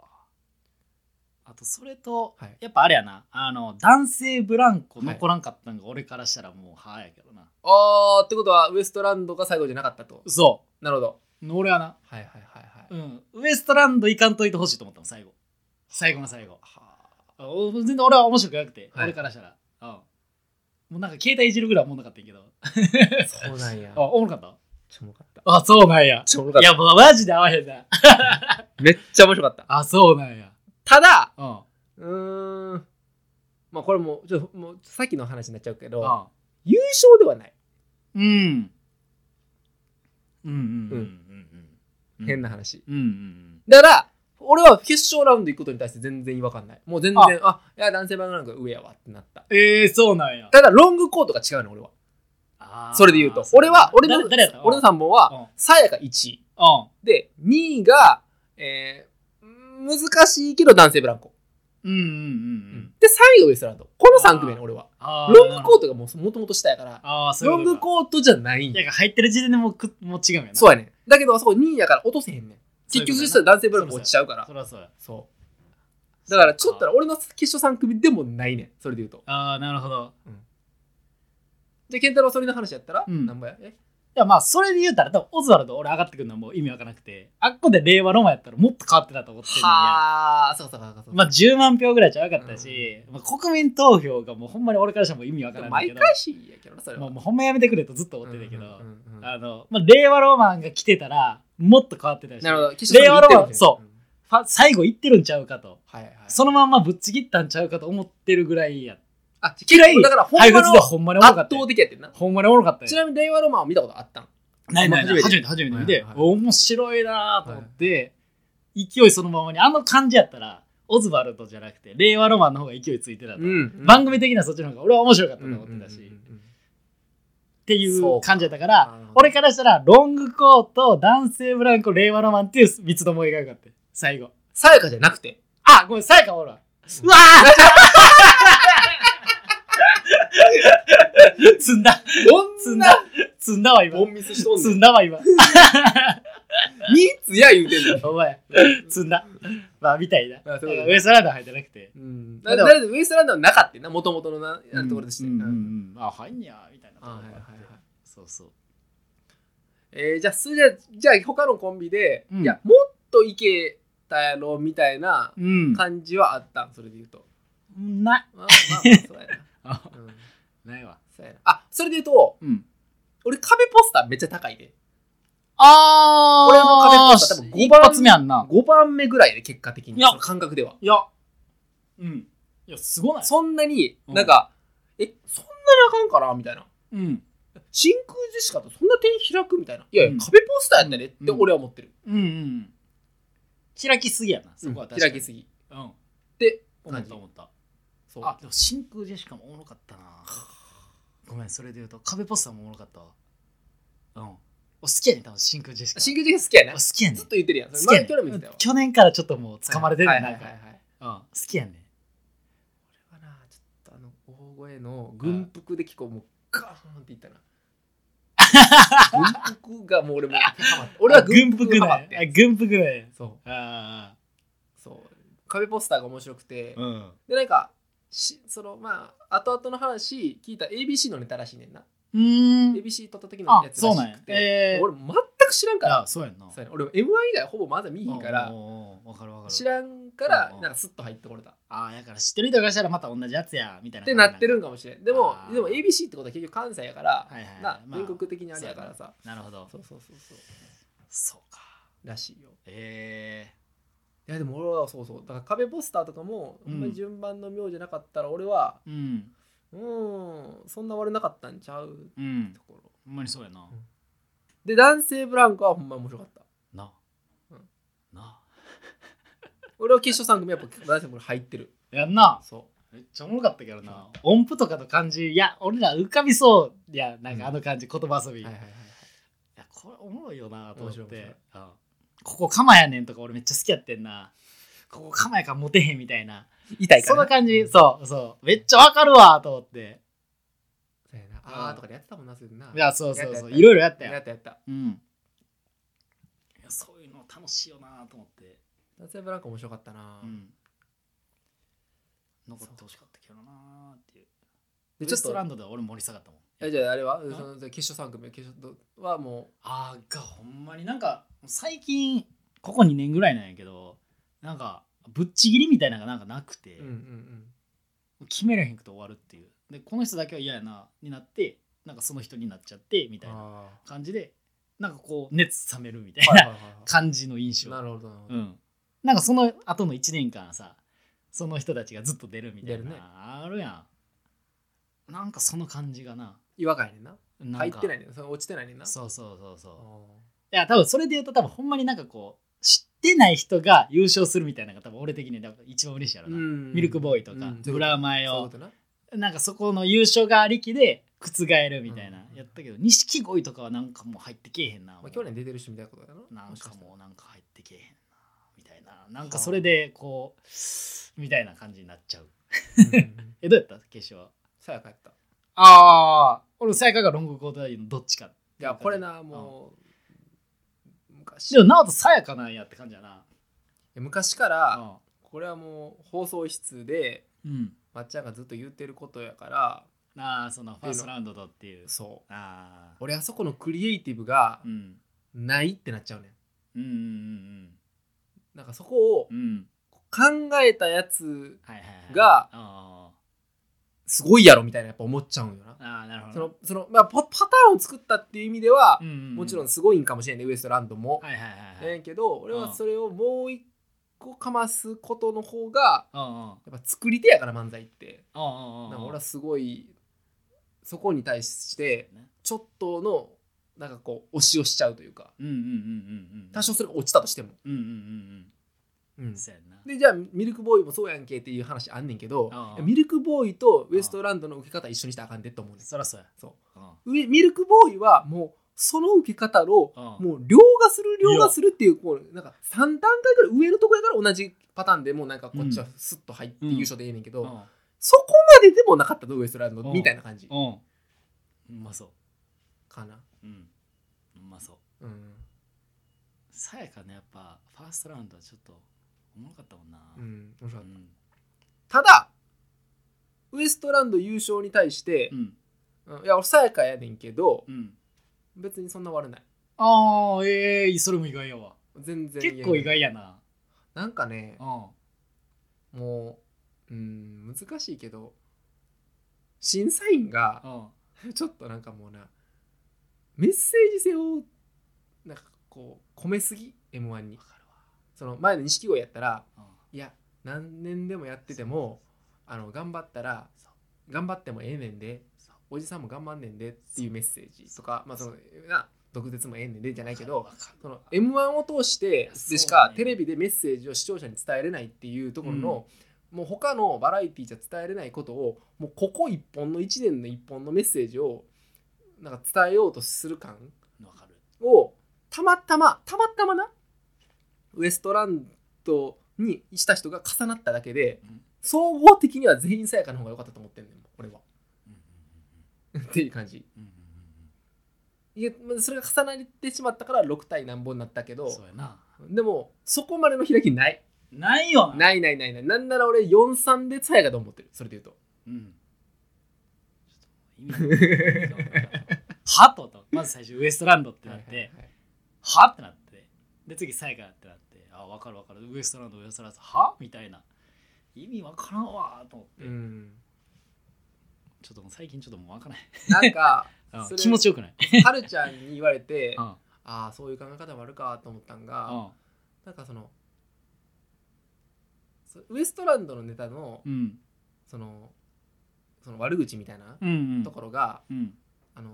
S1: あとそれと、
S2: はい
S1: やっぱあれやなあの男性ブランコ残らんかったんが俺からしたらもうはやけどな、
S2: あーってことはウエストランドが最後じゃなかったと
S1: そ
S2: なるほど
S1: う俺はな、
S2: はいはいはいはい、
S1: うん、ウエストランド行かんといてほしいと思ったもん最後最後の最後
S2: はあ
S1: あお全然俺は面白くなくて、
S2: はい
S1: 俺からしたら、うん、もうなんか携帯いじるぐらいはもうなかったんやけど
S2: そうなんや
S1: あ。おもろかった
S2: ちょもかった。
S1: あそうなんや
S2: ちょも
S1: いやもうマジで合わへんな
S2: めっちゃ面白かった。
S1: あそうなんや
S2: ただ、
S1: うん
S2: うーん。まあこれもう、ちょっともうさっきの話になっちゃうけど、
S1: あ
S2: 優勝ではない。
S1: うん。うんうんうんうん。
S2: 変な。話。
S1: うんうんうん。
S2: だから、俺は決勝ラウンド行くことに対して全然違和感ない。もう全然、あいや、男性版なんか上やわってなった。
S1: ええそうなんや。
S2: ただ、ロングコートが違うの、俺は。それで言うと。俺は、俺の、
S1: 誰やった
S2: 俺の
S1: さ、
S2: 3本は、さやが1位。で、2位が、えー、難しいけど男性ブランコ。
S1: うん。うんうんうん。
S2: で、3位がウエストランド。この3組やね、俺は。
S1: あ
S2: ロングコートがもうもともと下やから、
S1: ああ、そう
S2: ロング
S1: ー
S2: コートじゃないん
S1: ト。
S2: や。
S1: いや、入ってる時点でもうくもう違うんやな。
S2: そう
S1: や。
S2: やねん。だけど、あそこ2位やから落とせへんねん。結局、そしたら男性ブランコ落ちちゃうから
S1: そ。らそうや。
S2: そう。だから、ちょっと俺の決勝3組でもないねん。それで言うと。
S1: ああ、なるほど。
S2: じゃあ、健太郎それの話やったら、
S1: うん
S2: なんぼやえ
S1: いやまあそれで言うたら多分オズワルド俺上がってくるのはもう意味わからなくてあっこで令和ロマンやったらもっと変わってたと思ってんのに
S2: はあ、そうかそうかそうか。
S1: まあ10万票ぐらいじゃなかったし、まあ、国民投票がもうほんまに俺からしたらもう意味わからない
S2: 毎
S1: けど
S2: 回しやけどな、それ
S1: も
S2: は。
S1: うもうほんまやめてくれとずっと思ってたけど、
S2: うんうんうん
S1: あの、まあ、令和ロマンが来てたらもっと変わってたし
S2: なるほど。決
S1: 令和ロマン
S2: 三組行ってるわけね
S1: そうんファ最後いってるんちゃうかと
S2: はいはい。
S1: そのまんまぶっちぎったんちゃうかと思ってるぐらいや
S2: あ、
S1: 嫌い
S2: だから、ほん
S1: 配
S2: ま
S1: 物
S2: の
S1: でほんまにおもろ
S2: 圧
S1: かったよ
S2: 倒的やってんな。
S1: ほんまにおもろかった
S2: ち
S1: よ
S2: なみに、令和ロマンを見たことあったん
S1: ないないない初
S2: 初
S1: めて初めて見て、
S2: はいはい
S1: 面白いなと思って、勢いそのままにあの感じやったらオズワルドじゃなくて令和ロマンの方が勢いついてたと、
S2: ん
S1: 番組的にはそっちの方が俺は面白かったと思ってたし、っ。てい
S2: そううか
S1: 感じやったから
S2: あー
S1: 俺からしたらロングコート男性ブランコ令和ロマンっていう三つどもえがよかった最後
S2: さやかじゃなくて。
S1: あごめんさやかおらんうわ ー積んだ
S2: ど
S1: 積んだ積んだわ今
S2: ボンミスしとんね
S1: 積ん
S2: ん。
S1: だわ今
S2: ニーツや言うてんの。
S1: お 前、積んだ。まあ、みたいな。
S2: あそういうこと
S1: ウエストランド入ってなくて。
S2: うん。
S1: で
S2: だ
S1: も
S2: だってウエストランドはなかったよな、もともとのな、あのところでして。
S1: う
S2: うん
S1: うんうんんあ、入んにゃーみたいなところがあって。
S2: あはいはいはい
S1: そうそう。
S2: えーじゃあ、それじゃあ、じゃあ他のコンビで、
S1: うん
S2: いや、もっといけたやろ、みたいな
S1: うん。
S2: 感じはあったん、それで言うと。
S1: ない。
S2: ま あまあまあ、そうやな。
S1: あ
S2: うん、
S1: ないわ。
S2: そうやな。あ、それで言うと、
S1: うん。
S2: 俺、壁ポスターめっちゃ高いで。
S1: あ
S2: 俺の壁ポスター多分
S1: 一
S2: 五番
S1: 発目やんな。
S2: 5番目ぐらいで、結果的
S1: い
S2: に。
S1: や
S2: その感覚では。
S1: いや。うん。いや、すごない。
S2: そんなに、
S1: うん
S2: なんか、え、そんなにあかんかなみたいな。
S1: うん。
S2: 真空ジェシカとそんな点開くみたいな。いやいや、
S1: うん
S2: 壁ポスターやったねって俺は思ってる。
S1: うんうん。開きすぎやな、そこは確か
S2: 開
S1: に。
S2: きすぎ。
S1: うん。
S2: で、
S1: 思っ
S2: 感じ
S1: た。思った。
S2: そう
S1: あ、でも真空ジェシカもおもろかったな。ごめん、それで言うと、壁ポスターもおもろかったわ。うん。お好きやねん、多分真空ジェシカ。
S2: 真空ジェシカ好きや
S1: お
S2: な。
S1: 好
S2: ず
S1: きやねん。
S2: っと言ってるやん。それ
S1: 好きや
S2: 前
S1: ね
S2: 去年も言って
S1: ん
S2: たよ。
S1: 去年からちょっともう掴まれてる
S2: は
S1: ね
S2: い
S1: ん
S2: は
S1: ないん
S2: はい
S1: か
S2: は
S1: うん
S2: いはい。
S1: 好きやねん。
S2: これはな、ちょっとあの、大声の軍服で結構もう、ガーンって いったな。軍服がもう俺もうハマって、俺は軍服がハマ
S1: だ
S2: って。
S1: 軍服だよ。
S2: そう。
S1: あ
S2: そう。壁ポスターが面白くて
S1: あ。、うん。
S2: で、なんか、しそのまあ後々の話聞いたら ABC のネタらしいねんな、
S1: うーん。
S2: ABC 撮った時の
S1: あ
S2: や、つ
S1: そ
S2: ら
S1: うなん
S2: し
S1: や
S2: く。て、
S1: えー
S2: 俺全く知らんか
S1: あ
S2: ら、
S1: そうやんな。
S2: そうやね俺 M1 以外ほぼまだ見ひんから
S1: おうおうおうわかるわかる。
S2: 知らんから
S1: うんうん
S2: なんかスッと入ってこれたっ
S1: ああ、だから知ってる人がしたらまた同じやつや、みたいな。
S2: てなってるんかもしれんでも
S1: あー
S2: でも ABC ってことは結局関西やから
S1: はいはい
S2: な
S1: まあ
S2: 全国的にあれやからさ
S1: なるほど。
S2: そうそうそうそう
S1: そうか。
S2: らしいよ
S1: え
S2: いやでも俺はそうそうだから壁ポスターとかも
S1: う
S2: ほ
S1: ん
S2: んまに順番の名じゃなかったら俺は
S1: えうん。
S2: うーんそんな悪なかったんちゃう
S1: うん
S2: と。ころ
S1: ほんまにそうやな。
S2: で男性ブランコはほんま面白かった
S1: な。
S2: うん
S1: な。
S2: 俺は決勝3組やっぱ男性ブランコ入ってる
S1: やんな。
S2: そ
S1: めっちゃおもろかったけどな。音符とかの感じ、いや、俺ら浮かびそう。いや、なんかあの感じ、言葉遊び。
S2: う
S1: い
S2: はいはいはい
S1: や、これおもろいよなと思っ
S2: 面白い面
S1: て。うんここ鎌やねんとか俺めっちゃ好きやってんな。ここ鎌やからモテへんみたいな。
S2: 痛いか
S1: その
S2: ら
S1: 感じ、そうそう。めっちゃわかるわと思って。
S2: そうやなあーとかでやってたもんなそういうのない
S1: や、そうそうそう。
S2: やったやった
S1: いろいろやった
S2: や
S1: よ。
S2: ったやった
S1: うん。いや、そういうの楽しいよなと思って。
S2: 男性ブランコ面白かったな、
S1: うん。残ってほしかったけどなっていう。で、
S2: でち
S1: ちょ
S2: ょっ
S1: っ
S2: と
S1: とランドでは俺盛り下がったもん。
S2: えじゃああれはその決勝3組決勝はも
S1: あーがほんまになんか最近ここ2年ぐらいなんやけどなんかぶっちぎりみたいなのがなんかなくて、
S2: う、うんうんうん、
S1: 決めれへんくて終わるっていうでこの人だけは嫌やなになってなんかその人になっちゃってみたいな
S2: あ
S1: 感じでなんかこう熱冷めるみたい
S2: ー
S1: な、
S2: はいはいはい は
S1: 感じの印
S2: い
S1: 象
S2: なるほどなるほ
S1: う
S2: ど、
S1: ん、なんかその後の1年間さその人たちがずっと出るみたい
S2: 出
S1: な、
S2: るね
S1: あるやんなんかその感じがな
S2: 違和感やねんな
S1: なん
S2: 入
S1: か
S2: ってないねんその落ちてないねんな
S1: そうそうそうそう
S2: あ
S1: いや多分それで言うと多分ほんまになんかこう知ってない人が優勝するみたいなのが多分俺的になんか一番嬉しいやろ
S2: ー
S1: な、
S2: ん
S1: ミルクボーイとか、ブラマ
S2: イ
S1: ヨ
S2: そういうことな
S1: なんかそこの優勝がありきで覆るみたいな
S2: うん
S1: やったけど錦鯉、とかはなんかもう入ってけえへんな、
S2: まあ、去年出てる人みたいなことやな
S1: なんかもうなんか入ってけえへんなみたいななんか
S2: はあ
S1: それでこうみたいな感じになっちゃう
S2: う
S1: えどうやった決勝
S2: さやかやったい
S1: ああ俺さやかがロングコートダディのどっちか
S2: やこれなもう昔
S1: でも直人さやかなんやって感じやな
S2: 昔から
S1: あ
S2: これはもう放送室で
S1: うん
S2: まっちゃんがずっと言ってることやから
S1: ああそのファーストラウンドとっていう
S2: そう
S1: ああ
S2: 俺あそこのクリエイティブが
S1: うん
S2: ないってなっちゃうねん
S1: うんうん
S2: なんかそこを
S1: うんうん
S2: 考えたやつ
S1: はいはいはい
S2: が
S1: あ
S2: すごいやろみたいなやっぱ思っちゃうんよな
S1: ー。あーなるほど
S2: そのそのまあ、パパターンを作ったっていう意味では
S1: う、んうん
S2: もちろんすごいんかもしれないウエストランドも。
S1: はいはいはいは
S2: ね
S1: い
S2: んけど俺はそれをもう一個かますことの方が
S1: ああ
S2: やっぱ作り手やから漫才って。
S1: あああ
S2: な
S1: あ
S2: んか俺はすごいそこに対してちょっとのなんかこう推しをしちゃうというか
S1: うんうんうんうんうん
S2: 多少それが落ちたとしても、
S1: うんうんうん
S2: うん
S1: うんそうやんな
S2: でじゃあミルクボーイもそうやんけっていう話あんねんけど
S1: ああ
S2: いやミルクボーイとウエストランドの受け方一緒にしたらあかんでと思うねん
S1: そらそうや
S2: そ
S1: うん
S2: う上ミルクボーイはもうその受け方を
S1: うん
S2: もう凌駕する凌駕するっていうこうなんか3段階ぐらい上のとこやから同じパターンでもうなんかこっちはスッと入って優勝でええねんけど、
S1: うん
S2: そこまででもなかったぞウエストランドみたいな感じ
S1: うんうまそ
S2: かな
S1: ううんうまそう
S2: うん、
S1: さやかねやっぱファーストラウンドはちょっとおもろかったもんな
S2: うん、
S1: う
S2: 面白かっ
S1: ん
S2: たただウエストランド優勝に対して
S1: う、ん
S2: うんいや俺さやかやねんけど
S1: うん
S2: 別にそんな悪ない
S1: ああええそれも意外やわ
S2: 全然
S1: 結構意外やな
S2: なんかね
S1: うん
S2: もううん難しいけど審査員が
S1: うん
S2: ちょっとなんかもうなメッセージ性をなんかこう込めすぎ m 1に
S1: わかる
S2: その前の錦鯉やったら
S1: わうん
S2: いや何年でもやっててもあの頑張ったら
S1: そう
S2: 頑張ってもええねんで
S1: そう
S2: おじさんも頑張んねんでっていうメッセージとかまあそのな毒舌もええねんでじゃないけど
S1: わかる
S2: その m 1を通してでし
S1: そうだ
S2: か
S1: ね
S2: テレビでメッセージを視聴者に伝えれないっていうところの、もう他のバラエティじゃ伝えれないことをもうここ一本の1年の一本のメッセージをなんか伝えようとする感
S1: わかる
S2: をたまたまたまたまなウエストランドにした人が重なっただけで
S1: うん
S2: 総合的には全員さやかの方が良かったと思ってんねん俺 は。
S1: うん
S2: っていう感じ。
S1: うんうんうんうん
S2: いやまあそれが重なってしまったから6対何本になったけ
S1: うん
S2: ど
S1: そうやな
S2: でもそこまでの開きない。
S1: ないよな
S2: ないないないない。なんなら俺4-3でさやかと思ってる。それで言うと。
S1: うんちょっとも う意味がわからんはっと思ったまず最初ウエストランドってなってはってなってで次サイカってなってあ分かる分かるウエストランドウエストランドはみたいな意味分からんわーと思って、
S2: うん。
S1: ちょっともう最近ちょっともう分から
S2: な んか、
S1: ない
S2: それ
S1: 気持ちよくない
S2: はるちゃんに言われて、
S1: うんうん
S2: ああ、そういう考え方もあるかと思ったんが、なんかその、そウエストランドのネタの、
S1: うん
S2: その、その悪口みたいな
S1: うんうん
S2: ところが、
S1: うん
S2: あの、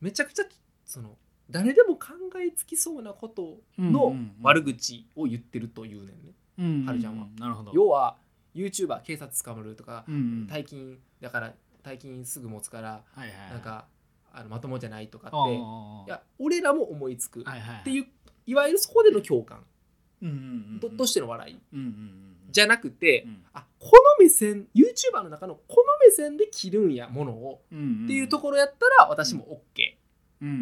S2: めちゃくちゃ、その、誰でも考えつきそうなこと
S1: うんう
S2: の
S1: んうん
S2: 悪口を言ってるというねんね。
S1: うん
S2: はるちゃんは
S1: なるほど
S2: 要は、YouTuber、警察捕まるとか
S1: う、んうん
S2: 大金だから大金すぐ持つから
S1: はいはいはい
S2: なんかあのまともじゃないとか
S1: ああああ
S2: っていや俺らも思いつくっ
S1: はいはい
S2: ていういわゆるそこでの共感
S1: うんうんうん
S2: ととしての笑い
S1: うんうんうんうん
S2: じゃなくて
S1: うん
S2: あこの目線 YouTuber の中のこの目線で着るんやものを
S1: うんうんうん
S2: っていうところやったら私も OK
S1: うんうんう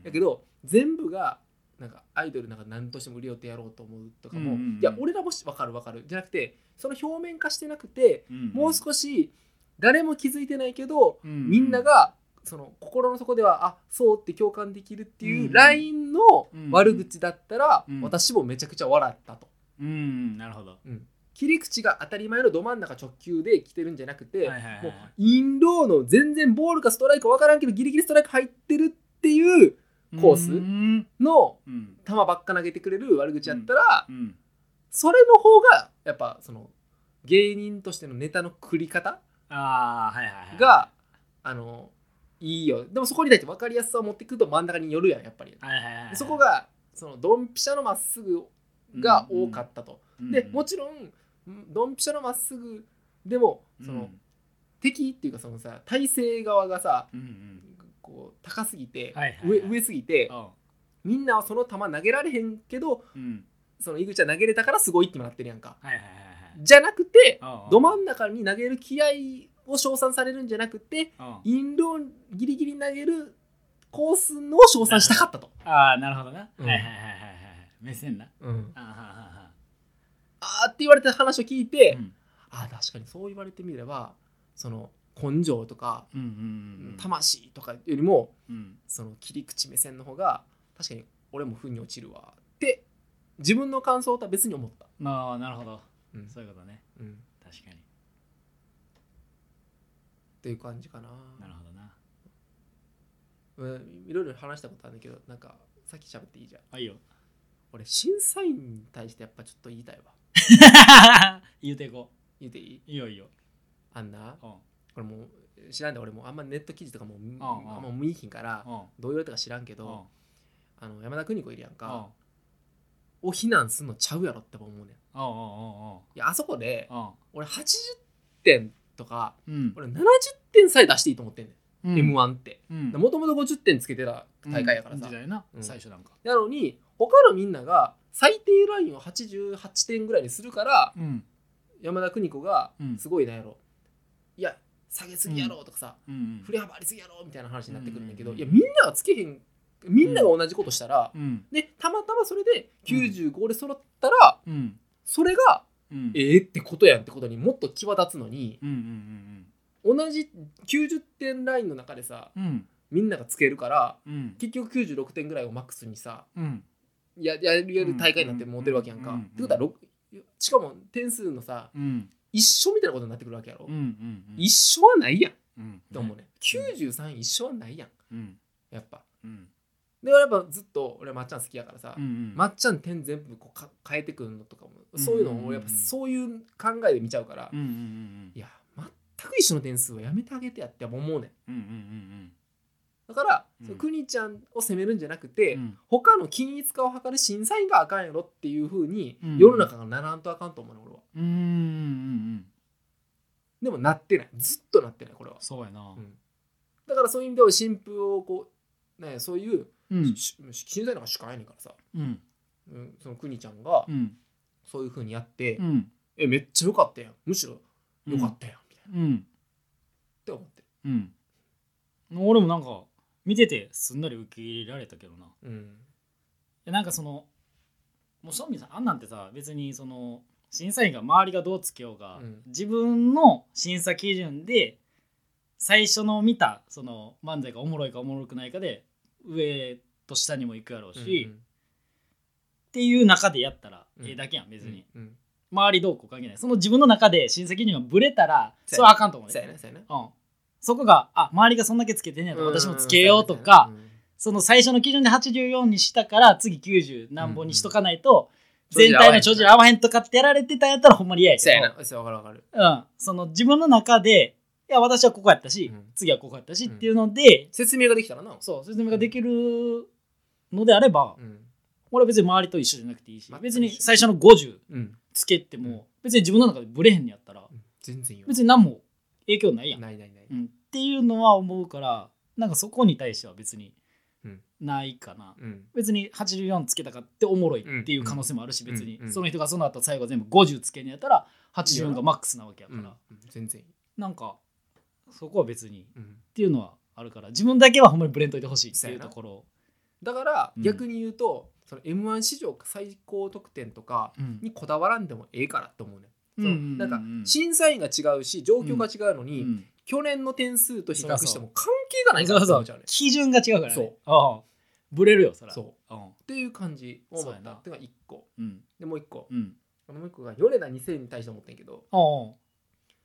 S1: ん
S2: やけど全部がなんかアイドルなんか何としても売り寄ってやろうと思うとか
S1: う
S2: も
S1: んうんうん
S2: いや俺らもし分かる分かるじゃなくてその表面化してなくて
S1: うんうん
S2: もう少し誰も気づいてないけど
S1: うんうん
S2: みんながその心の底ではあそうって共感できるって
S1: うん
S2: いううんラインの悪口だったら、
S1: うん
S2: 私もめちゃくちゃ笑ったと
S1: うんうんなるほど
S2: 切り口が当たり前のど真ん中直球で来てるんじゃなくて、
S1: はいはいはい
S2: もうインローの全然ボールかストライクか分からんけどギリギリストライク入ってるっていうコース
S1: うん
S2: の
S1: うん
S2: 球ばっか投げてくれる悪口やったら、
S1: うん
S2: それの方がやっぱその芸人としてのネタの繰り方
S1: ああはいはいはい
S2: が、あのいいよでもそこに対して分かりやすさを持ってくると真ん中に寄るやんやっぱり、
S1: はいはいはいはい
S2: そこがそのドンピシャのまっすぐが多かったと、でもちろんうんドンピシャのまっすぐでもその、敵っていうかそのさ体制側がさ
S1: うんうん
S2: こう高すぎて、
S1: はいはいはい
S2: 上上すぎてみんなはその球投げられへんけど
S1: うんうん
S2: その井口は投げれたからすごいってもらってるやんか
S1: はいはいはい
S2: じゃなくて
S1: はい
S2: ど真ん中に投げる気合を称賛されるんじゃなくて
S1: あ
S2: インローギリギリ投げるコースの称賛したかったと。
S1: あーなるほどな、
S2: うん
S1: はいはいはいはいはい目線な
S2: うん、
S1: あーはーは
S2: あーって言われた話を聞い
S1: ーは
S2: て、
S1: ーうん
S2: あー確かにそう言われてみればその根性とか
S1: うんうんうん
S2: 魂とかよりも
S1: うん
S2: その切り口目線の方が確かに俺も負に落ちるわって自分の感想とは別に思った。
S1: まあなるほど
S2: うん
S1: そういうことね
S2: うん、っ
S1: 確かに
S2: ていう感じかな。
S1: なるほどな
S2: うん、いろいろ話したことあるんだけどなんかさっき喋っていいじゃん。
S1: あ いいよ
S2: 俺審査員に対してやっぱちょっと言いたいわ。
S1: 言うていこ
S2: 言うていいう
S1: いいよいいよ
S2: あんな
S1: うん
S2: これもう知らんで俺もあんまネット記事とかもうん
S1: うん
S2: あんま見いひんから
S1: うん
S2: どう言われたか知らんけ
S1: うん
S2: どあの山田邦子いるやん
S1: うん
S2: かを非難すんのちゃうやろって思うねん
S1: うん
S2: い
S1: うん
S2: やあそこで
S1: うん
S2: 俺80点とか
S1: うん
S2: 俺70点さえ出していいと思ってんね
S1: うん
S2: ん、m 1って
S1: うん
S2: もともと50点つけてた大会やからさ、
S1: 時代な
S2: うん
S1: 最初なんか
S2: なのに他のみんなが最低ラインを88点ぐらいにするから
S1: うん
S2: 山田邦子が
S1: うん
S2: すごいなんやろいや下げすぎやろとかさ、
S1: うん
S2: 振れ幅ありすぎやろみたいな話になってくるんだけど、
S1: うん
S2: いやみんながつけへんみんなが同じことしたら、
S1: うん
S2: でたまたまそれで95で揃ったら、
S1: うん
S2: それが
S1: うん
S2: ええってことやんってことにもっと際立つのに
S1: うんうん
S2: 同じ90点ラインの中でさ
S1: うんうん
S2: みんながつけるから
S1: うん
S2: 結局96点ぐらいをマックスにさ
S1: うん
S2: ややるやる大会になって持てるわけやんか。
S1: うんうん
S2: ってことはろくしかも点数のさ
S1: うん
S2: 一緒みたいなことになってくるわけやろ。
S1: うんうんうん
S2: 一緒はないやん
S1: うん
S2: と思うね。93一緒はないやん
S1: うん
S2: やっぱ。
S1: うん
S2: で俺やっぱずっと俺まっちゃん好きやからさ、
S1: うんうん
S2: まっちゃん点全部こうか変えてくるのとかも
S1: うん
S2: そういうのを俺やっぱそういう考えで見ちゃうから、
S1: うんうんうん
S2: いや全く一緒の点数はやめてあげてやって思うねん。
S1: うんうんうん
S2: だから、
S1: うん
S2: そのくにちゃんを責めるんじゃなくて、
S1: うん
S2: 他の均一化を図る審査員があかんやろっていうふうに、
S1: うん
S2: 世の中がならんとあかんと思うね俺は。
S1: うんうんうん
S2: でもなってないずっとなってないこれは、
S1: そうやな
S2: うんだからそういう意味では新風をこう、ね、そういう、
S1: うん
S2: し審査員なんか主観やねんからさ、
S1: うん
S2: うん、そのくにちゃんが
S1: うん
S2: そういうふうにやって、
S1: うん
S2: えめっちゃ良かったやんむしろ良かったやんみたいなっ
S1: うん
S2: て思って
S1: うん俺もなんか見ててすんなり受け入れられたけどな
S2: るうん
S1: でなんかそのもう正味さあんなんてさ別にその審査員が周りがどうつけようが、
S2: うん
S1: 自分の審査基準で最初の見たその漫才がおもろいかおもろくないかで上と下にも行くやろうし、っ
S2: うん
S1: ていう中でやったら
S2: うん
S1: ええだけやん別に、
S2: うん
S1: 周りどうこう関係ないその自分の中で審査基準がブレたらそ
S2: そうや
S1: れはあかんと思う
S2: そうや
S1: ね
S2: なそうやな
S1: うん、そこがあ周りがそんだけつけてんねやと
S2: うん
S1: 私もつけようとか、その最初の基準で84にしたから次90何本にしとかないと
S2: うんうん
S1: 全体の帳尻合わへんとかってやられてたんやったらほんまに嫌や
S2: そうや
S1: け
S2: なそうやなわかるわ
S1: ど、
S2: かる
S1: うん、その自分の中でいや私はここやったし、
S2: うん
S1: 次はここやったしっていうので、
S2: 説明ができたらな
S1: そう説明ができるのであれば、
S2: うん
S1: 俺は別に周りと一緒じゃなくていいし
S2: 全く
S1: 別に
S2: 一緒
S1: 最初の50
S2: うん
S1: つけて
S2: うん
S1: も別に自分の中でブレへんのやったら
S2: 全然いいよ
S1: 別に何も影響ないやん
S2: ないないない
S1: うん、っていうのは思うからなんかそこに対しては別に
S2: うん
S1: ないかな、
S2: うん
S1: 別に84つけたかっておもろいっていう可能性もあるし
S2: うん
S1: 別に
S2: うんうん
S1: その人がその後最後全部50つけんやったら84がマックスなわけや
S2: う
S1: から
S2: んうん全然いい
S1: なんかそこは別にっ
S2: うん
S1: ていうのはあるから自分だけはほんまにブレんといてほしいって
S2: そう
S1: いう
S2: やな
S1: ところ
S2: だから
S1: うん
S2: 逆に言うとその m 1史上最高得点とか
S1: うん
S2: にこだわらんでもええからって思うね
S1: う
S2: そうんなんか
S1: うん
S2: 審査員が違うし状況が違うの
S1: う
S2: に
S1: ん
S2: 去年の点数と比較して
S1: そうそ
S2: も
S1: う
S2: 関係がないからって思っちゃうね
S1: 基準が違うからね
S2: そう
S1: ああブレるよそら
S2: そう
S1: う
S2: っていう感じを思
S1: そうや
S2: っ
S1: な
S2: たっていうのが1個
S1: んうん
S2: でもう1個
S1: うん
S2: もう1個が米田2000に対して思ってんけど
S1: ああ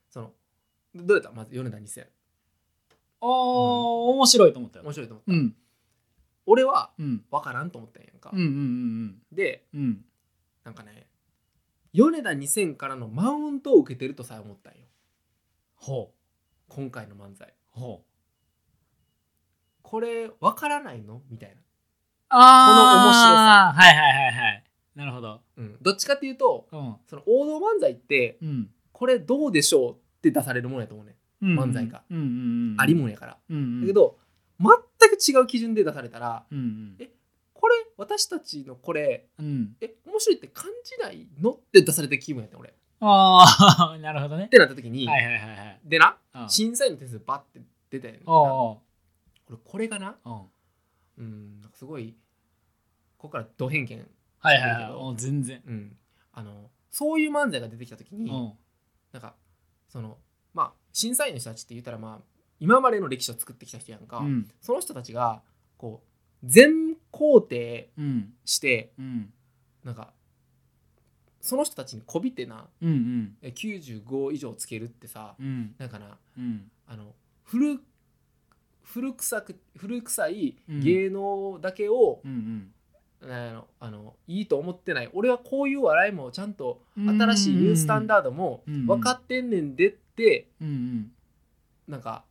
S2: そのどうやったまず米田2000
S1: ああ面白いと思ったよ
S2: 面白いと思った、
S1: うん
S2: 俺は
S1: うん
S2: 分からんと思ったんやんか、
S1: うんうんうん
S2: で
S1: うんうん
S2: なんかね米田2000からのマウントを受けてるとさえ思ったんよ
S1: ほ
S2: 今回の漫才
S1: うほう
S2: これ分からないのみたいな、
S1: ああこの面白さはいはいはいはいなるほど
S2: うん、どっちかっていうと
S1: うん
S2: その王道漫才って
S1: うん
S2: これどうでしょうって出されるもんやと思うね、
S1: うん
S2: 漫才が
S1: うんうんうんうん
S2: ん、ありもんやから、
S1: うんうん
S2: だけど全く違う基準で出されたら
S1: うん
S2: これ私たちのこれ
S1: うんうん
S2: え面白いって感じないのって出された気分やった俺っ
S1: ああ なるほどね
S2: てなった時に、
S1: はいはいはいはい
S2: でな
S1: うん
S2: 審査員の点数バッて出たよねこ
S1: おう
S2: れこれがな
S1: おううん
S2: うんなんかすごいここからド偏見、
S1: はいはい
S2: そう
S1: は
S2: だ
S1: い
S2: けど
S1: おう全然
S2: うん、あのそういう漫才が出てきた時
S1: う
S2: に、
S1: ん
S2: なんかそのまあ審査員の人たちって言ったらまあ今までの歴史を作ってきた人やんか、
S1: うん
S2: その人たちがこう全肯定
S1: うん
S2: して
S1: うん
S2: なんかその人たちにこびてな
S1: うんうん
S2: え95以上つけるってさ
S1: うん
S2: なんかな
S1: うん
S2: あの古古臭く古臭い
S1: うん
S2: 芸能だけを、
S1: うん
S2: あのあのいいと思ってない俺はこういう笑いもちゃんと
S1: うん
S2: 新しいニュースタンダードも
S1: うん
S2: 分かってんねんでって
S1: うんうん
S2: なんか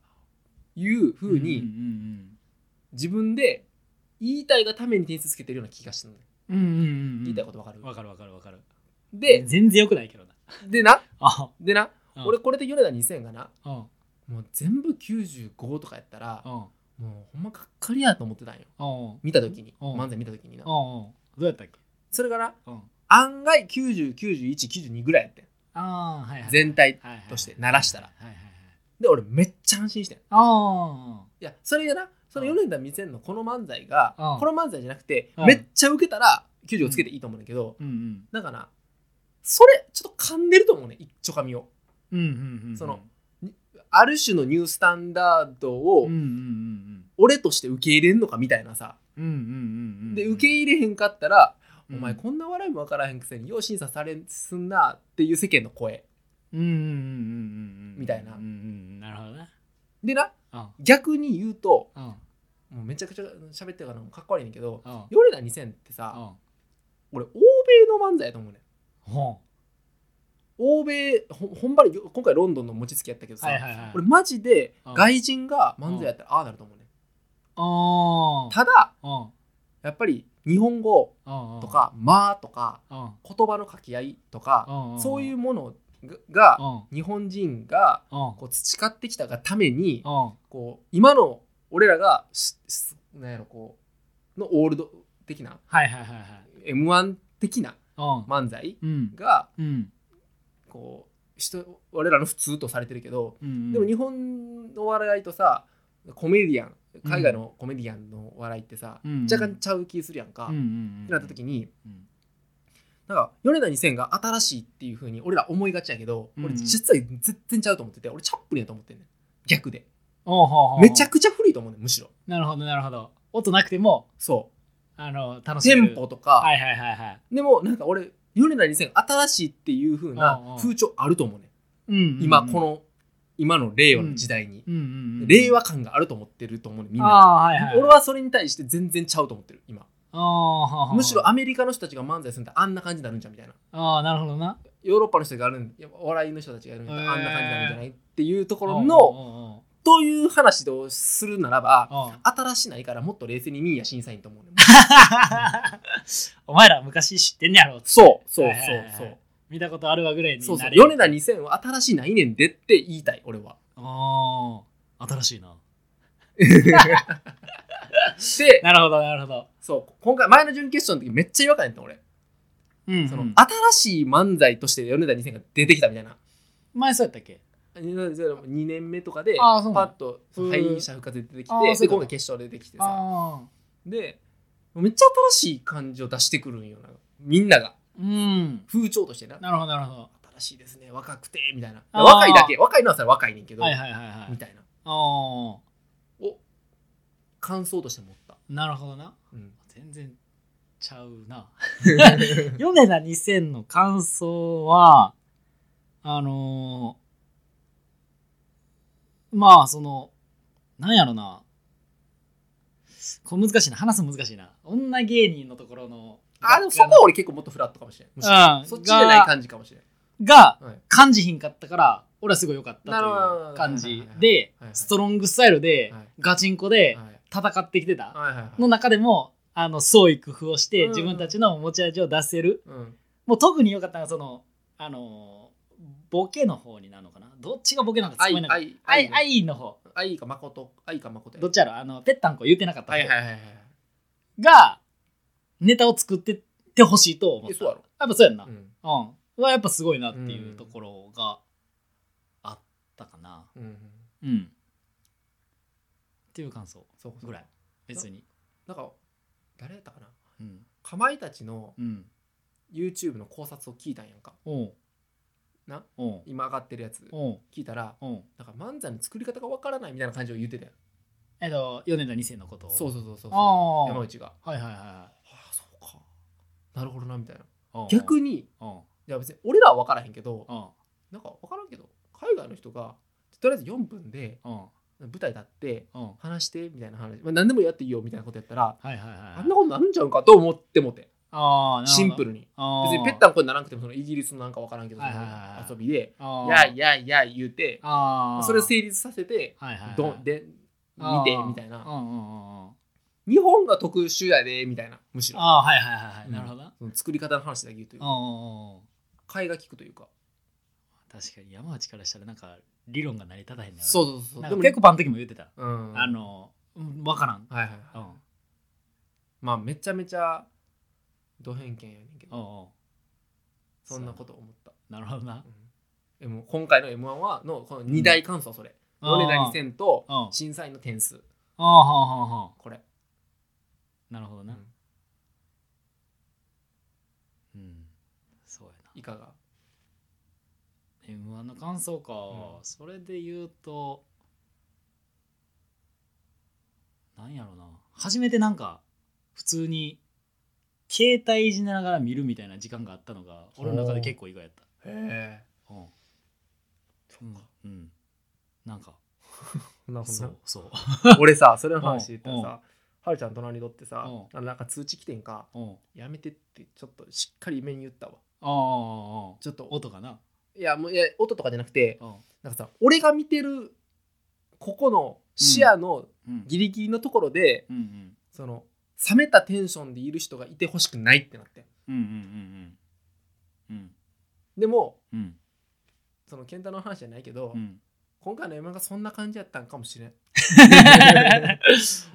S2: いうふう
S1: うん
S2: に自分で言いたいがために点数つけてるような気がしたのね
S1: うんうんうんうんうんうん
S2: 言いたいことわかる、
S1: わかるわかるわかる
S2: で
S1: 全然よくないけどな
S2: でな
S1: あ
S2: でな、
S1: うん
S2: 俺これで米田2000がな
S1: うんうん
S2: もう全部95とかやったら、
S1: うん
S2: もうほんまがっかりやと思ってたんよ
S1: うん
S2: 見た時に、
S1: うん
S2: 漫才見た時にな、
S1: どうやったっけ
S2: それから
S1: うん
S2: 案外909192ぐらいやってん
S1: ああはいはい
S2: 全体
S1: はいはい
S2: として鳴らしたら
S1: はいはいはい
S2: で俺めっちゃ安心してんい
S1: あ
S2: やそれがなその
S1: うん
S2: 米田2000のこの漫才が、
S1: うん
S2: この漫才じゃなくて、
S1: うん
S2: めっちゃウケたら90をつけていいと思うんだけど、
S1: あうん
S2: だからそれちょっと噛んでると思うね一ちょかみを
S1: うんうんうんうん
S2: そのある種のニュースタンダードを
S1: うんうんうん
S2: 俺として受け入れんのかみたいなさ
S1: うんうんうんうんうん
S2: で受け入れへんかったら「
S1: うん
S2: お前こんな笑いも分からへんくせによう審査されんすんな」っていう世間の声
S1: うんうんうんうんうん
S2: みたいな
S1: うんうんなるほどね
S2: でな
S1: うん
S2: 逆に言うと
S1: うん
S2: もうめちゃくちゃ喋ってるからかっこ悪いねんだけど
S1: うん
S2: 「ヨレダ2000」ってさ
S1: う
S2: 俺欧米の漫才やと思うねん
S1: んほ
S2: 欧米ほほんまに今回ロンドンの餅つきやったけど
S1: うはい
S2: さ
S1: はいはい
S2: 俺マジで
S1: うん
S2: 外人が漫才やったらああなると思うねん
S1: あ
S2: ただ
S1: あ
S2: やっぱり日本語とか「まあ」とか
S1: うん
S2: 言葉の書き合いとか
S1: うん
S2: そういううんものが
S1: うん
S2: 日本人が
S1: うん
S2: こう培ってきたがために
S1: うん
S2: こう今の俺らがししなんやろこうのオールド的な
S1: はいはいはいはい
S2: m 1的な
S1: う
S2: 漫才
S1: んうん
S2: が
S1: うん
S2: こう人俺らの普通とされてるけど
S1: うん
S2: でも日本の笑いとさコメディアン海外のコメディアンの笑いってさ
S1: うん
S2: 若干ちゃう気するやんか
S1: う
S2: っ
S1: んうんうん
S2: てなった時に
S1: うん
S2: なんか米田2000が新しいっていうふうに俺ら思いがちやけど
S1: う
S2: 俺
S1: ん
S2: 実は全然ちゃうと思ってて俺チャップリンやと思ってんねん逆で
S1: おうほうほう
S2: めちゃくちゃ古いと思うねんむしろ
S1: なるほどなるほど音なくても
S2: そ
S1: あの楽
S2: う
S1: し
S2: テ
S1: める
S2: ンポとか、
S1: はいはいはいはい
S2: でもなんか俺米田2000が新しいっていう風
S1: うんう
S2: なん風潮あると思うね
S1: う
S2: ん
S1: んうんうん
S2: 今この今の令和の時代に、
S1: うんうんうん
S2: 令和感があると思ってると思うねんみんな
S1: ああはいはい
S2: 俺はそれに対して全然ちゃうと思ってる今
S1: ああはあはあ
S2: むしろアメリカの人たちが漫才するんだあんな感じになるんじゃんみたいな
S1: ああなるほどな
S2: ヨーロッパの人があるんやっぱお笑いの人たちがやるんだあんな感じになるんじゃないっていうところの、
S1: の
S2: という話をするならば新しないからもっと冷静に見いや審査員と思う ねん
S1: お前ら昔知ってんねやろ
S2: そうそうそう
S1: はいはいはい
S2: そう
S1: 見たことあるわぐらいに
S2: そうそ
S1: な
S2: う
S1: れ
S2: 米田2000は新しいないねんでって言いたい俺は。
S1: ああ新しいな
S2: で
S1: なるほどなるほど
S2: そう今回前の準決勝の時めっちゃ違和感やった俺、
S1: うん
S2: そ
S1: そ
S2: の
S1: のあ
S2: 新しい漫才として米田2000が出てきたみたいな
S1: 前そうやったっけ
S2: 2年目とかで
S1: あ
S2: パ
S1: ーそうなん
S2: ッと
S1: うん
S2: 敗者復活で出てき
S1: あー
S2: て
S1: そう
S2: で
S1: か
S2: 今回決勝で出てきてさ
S1: ああ
S2: でめっちゃ新しい感じを出してくるんよなみんなが
S1: うん
S2: 風潮としてな
S1: なるほどなるほ
S2: 新しいですね若くてみたいな
S1: あー
S2: 若いだけ若いのはさ若いねんけど、
S1: どはいはいはいはい
S2: みたいな
S1: ああ
S2: を感想として持った、
S1: なるほどな
S2: うん、
S1: 全然ちゃうな 米田2000の感想はあのーまあそのなんやろなこう難しいな話すの難しいな女芸人のところの
S2: あでもそこは俺結構もっとフラットかもしれんむしろ
S1: うん
S2: そっちじゃない
S1: が
S2: 感じかもしれん
S1: が
S2: はい
S1: 感じひんかったから俺はすごい良かった
S2: なるほ
S1: とい
S2: ど
S1: う感
S2: はいは
S1: じ
S2: いはい
S1: で
S2: はいはい
S1: ストロングスタイルで
S2: はい
S1: ガチンコで
S2: はい
S1: 戦ってきてた
S2: はいはい
S1: の
S2: はい
S1: 中でもあの創意工夫をし
S2: うん
S1: て
S2: うん
S1: 自分たちの持ち味を出せる、
S2: うん
S1: もう特に良かったのはそのあのボケの方になるのかなどっちがボケなのか
S2: 愛
S1: 聞こえなかった
S2: 愛
S1: 愛
S2: 愛
S1: 愛愛の方
S2: 愛か誠愛か誠や
S1: どっちやろあのぺったんこ言ってなかった
S2: は
S1: 方
S2: いはいはいはい
S1: がネタを作ってってほしいと思っ
S2: え
S1: た
S2: そうやろ
S1: やっぱそうやんな、う
S2: うんん
S1: はやっぱすごいなっていうんうところがあったかな
S2: うん
S1: うん、っていう感想
S2: そうそう
S1: ぐらい別に
S2: なんか誰やったかな
S1: うん
S2: かまいたちの
S1: うん
S2: YouTube の考察を聞いたんやんか
S1: おう
S2: な
S1: おう
S2: 今上がってるやつ
S1: おう
S2: 聞いたら
S1: おう
S2: なんか漫才の作り方がわからないみたいな感じを言ってたやん
S1: えっと、米田二世のことを。
S2: そうそうそうそう
S1: ああ
S2: 山内が
S1: はいはいは
S2: ああそうかなるほどなみたいない
S1: はい。
S2: 逆
S1: に。
S2: に
S1: うん。
S2: いや別に俺らは分からへんけど
S1: うん。
S2: なんか分からんけど海外の人がとりあえず4分で
S1: うん。
S2: 舞台立って
S1: うん。
S2: 話してみたいな話、まあ、何でもやっていいよみたいなことやったら
S1: はいはいはい。
S2: あんなことなるんちゃうんかと思ってもて
S1: ああ、
S2: シンプ
S1: ル。
S2: ルに別
S1: 別
S2: にペッタンコにならなくてもそのイギリスのなんか分からんけどそ
S1: はいはいはい
S2: の遊びで
S1: あー
S2: やいやいやい言うて
S1: ああ。
S2: それを成立させて
S1: はいはいはい。
S2: どんで見て
S1: あー
S2: みたいな
S1: うんうんうんうん
S2: 日本が特殊やでみたいなむしろ
S1: ああはいはいはいはい、なるほどな
S2: その作り方の話だけ言うと
S1: う
S2: いうか
S1: んうんうんうん
S2: 買いが利くというか
S1: 確かに山内からしたらなんか理論が成り立たへんね
S2: そう
S1: う
S2: そうそう
S1: な
S2: そうん
S1: かペ
S2: でも
S1: コパの時も言ってた、
S2: うん
S1: あのうんわからん、
S2: はいはいはい
S1: うん、うん
S2: まあめちゃめちゃド偏見やねんけど
S1: うん
S2: そんなこと思った
S1: なるほどな
S2: うん、M- 今回の m 1はのこの2大感想それ、
S1: うん
S2: 米谷千と
S1: うん
S2: 審査員の点数
S1: ああはあはあはあ
S2: これ
S1: なるほどな
S2: うん
S1: うん、そうやない
S2: かが
S1: M1 の感想か、
S2: うん
S1: それで言うとなんやろうな初めてなんか普通に携帯いじりながら見るみたいな時間があったのが俺の中で結構意外やった
S2: へ
S1: うんうん、うん、なんか
S2: えなるほ
S1: そ
S2: ど
S1: う そう
S2: な俺さそれの話言ったら
S1: うん
S2: さはるちゃん隣にとってさ
S1: う
S2: あなんか通知来てんか
S1: うんあ
S2: やめてってちょっとしっかり目に言ったわ
S1: あああ
S2: ちょっと
S1: 音かない
S2: やもういや音とかじゃなくて
S1: うん
S2: なんかさ俺が見てるここの視野の
S1: うん
S2: ギリギリのところで、
S1: うんうん
S2: その冷めたテンションでいる人がいてほしくないってなって
S1: うんうんうんうん
S2: でも
S1: うん
S2: その健太の話じゃないけど、
S1: うん
S2: 今回の M がそんな感じやったんかもし れん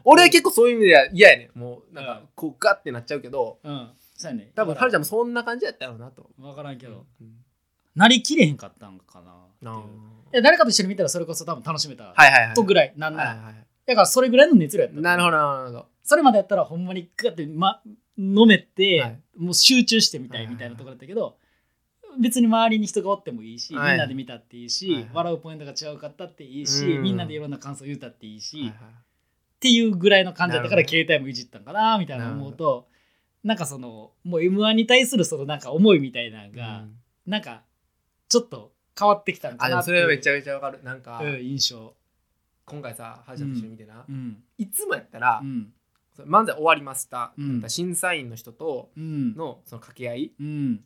S2: 俺は結構そういう意味では嫌やねんもうなん
S1: う
S2: か
S1: ん
S2: こうガッてなっちゃうけど
S1: うんそうやね
S2: 多分はるちゃ
S1: ん
S2: んもそんな感じやったよなと、
S1: 分からんけど
S2: うん
S1: なりきれへんかったんかな
S2: なあ
S1: っていういや誰かと一緒に見たらそれこそ多分楽しめた
S2: はいはいはい
S1: とぐらいなんな
S2: はい
S1: ら、
S2: はいはい
S1: だからそれぐらいの熱量やった
S2: なるほどなるほど
S1: それまでやったらほんまにガッて、ま、飲めて、
S2: はい
S1: もう集中してみた
S2: はい
S1: い
S2: はい
S1: みたいなところだったけど、別に周りに人がおってもいいし、
S2: はい
S1: みんなで見たっていいし、
S2: はいはい
S1: 笑うポイントが違うかったっていいし、
S2: うん
S1: みんなでいろんな感想言うたっていいし、
S2: はい
S1: っ
S2: はい
S1: ていうぐらいの感じだったから、
S2: なるほど
S1: 携帯もいじったんかなみたいな思うとなんかそのもう m 1に対するそのなんか思いみたいなのが、
S2: うん
S1: なんかちょっと変わってきたん
S2: あ
S1: か
S2: で
S1: な
S2: も
S1: って
S2: そ
S1: い
S2: れ
S1: う
S2: はめちゃめちゃわかるなんか、
S1: うん印象。
S2: 今回さはるちゃんと一緒に見てな、
S1: うん
S2: いつもやったら
S1: う、ん
S2: その漫才終わりました、
S1: うん
S2: 審査員の人と
S1: うん
S2: のその掛け合い
S1: うん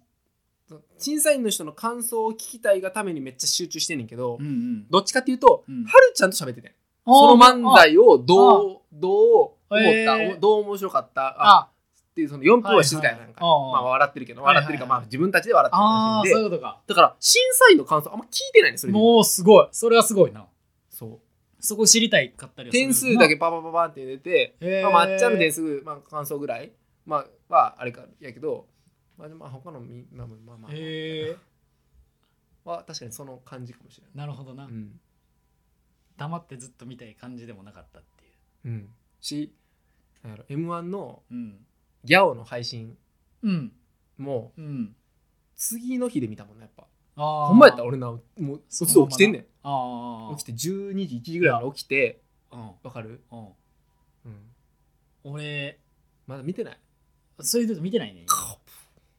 S2: その審査員の人の感想を聞きたいがためにめっちゃ集中してんねんけど、
S1: うんうん
S2: どっちかっていうと、
S1: うん
S2: はるちゃんと喋っててんその漫才をどうどう思った、
S1: へー
S2: おどう面白かったあ
S1: あ
S2: っていうその4分は静かやなんか、
S1: はいはいはい
S2: まあ、笑ってるけど笑ってるか、
S1: はいはいはい
S2: まあ、自分たちで笑ってる
S1: あ
S2: 感
S1: ー
S2: じ
S1: そう
S2: で
S1: いうことか
S2: だから審査員の感想あんま聞いてないねそれで
S1: もうすごいそれはすごいな
S2: そ
S1: そこ知りたいかったり
S2: う
S1: はするな
S2: 点数だけパパパパンって出て
S1: へー
S2: まあ、まっちゃんの点数、まあ、感想ぐらい、まあ、はあれかやけど、まあ、でもまあ他のみ、まあまあまあまあ、
S1: へえ
S2: は確かにその感じかもしれ
S1: なるほどな、
S2: ない。うん。
S1: 黙ってずっと見たい感じでもなかったっていう
S2: うん、し、なんやろ、M1 の
S1: うん
S2: ギャオの配信
S1: うん
S2: も
S1: うん
S2: 次の日で見たもんな、やっぱ。
S1: ああ
S2: ほんまやったら俺な、もう、そっち起きてんね
S1: ああ
S2: ん。起きて12時、1時ぐらいまで起きて、
S1: うん
S2: わかる
S1: うん
S2: うん。
S1: 俺
S2: まだ見てない。
S1: そういうの見てないね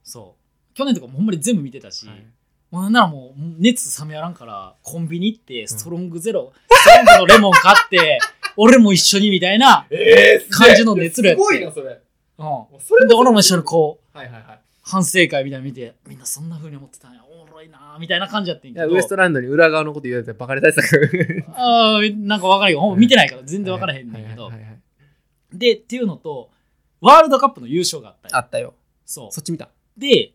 S1: そう去年とかもほんまに全部見てたし、
S2: はい
S1: もうなんならもう熱冷めやらんからコンビニ行ってストロングゼロ、ストロングのレモン買 って俺も一緒にみたいな、
S2: ええ
S1: 感じの熱量やっ
S2: す
S1: て
S2: ごいな、それ。
S1: うん、
S2: もうそれ
S1: で俺も一緒にこう
S2: はいはいはい。
S1: 反省会みたいなの見てみんなそんな風に思ってたんやおもろいなみたいな感じやってん
S2: い
S1: けど
S2: や、ウエストランドに裏側のこと言われてバカに対策。
S1: あーなんか分からんよほんま見てないから全然分からへんねんだけど
S2: はいはいはいはい
S1: でっていうのとワールドカップの優勝があったん
S2: あ
S1: や
S2: ったよ。
S1: そ
S2: そっち見た。
S1: うで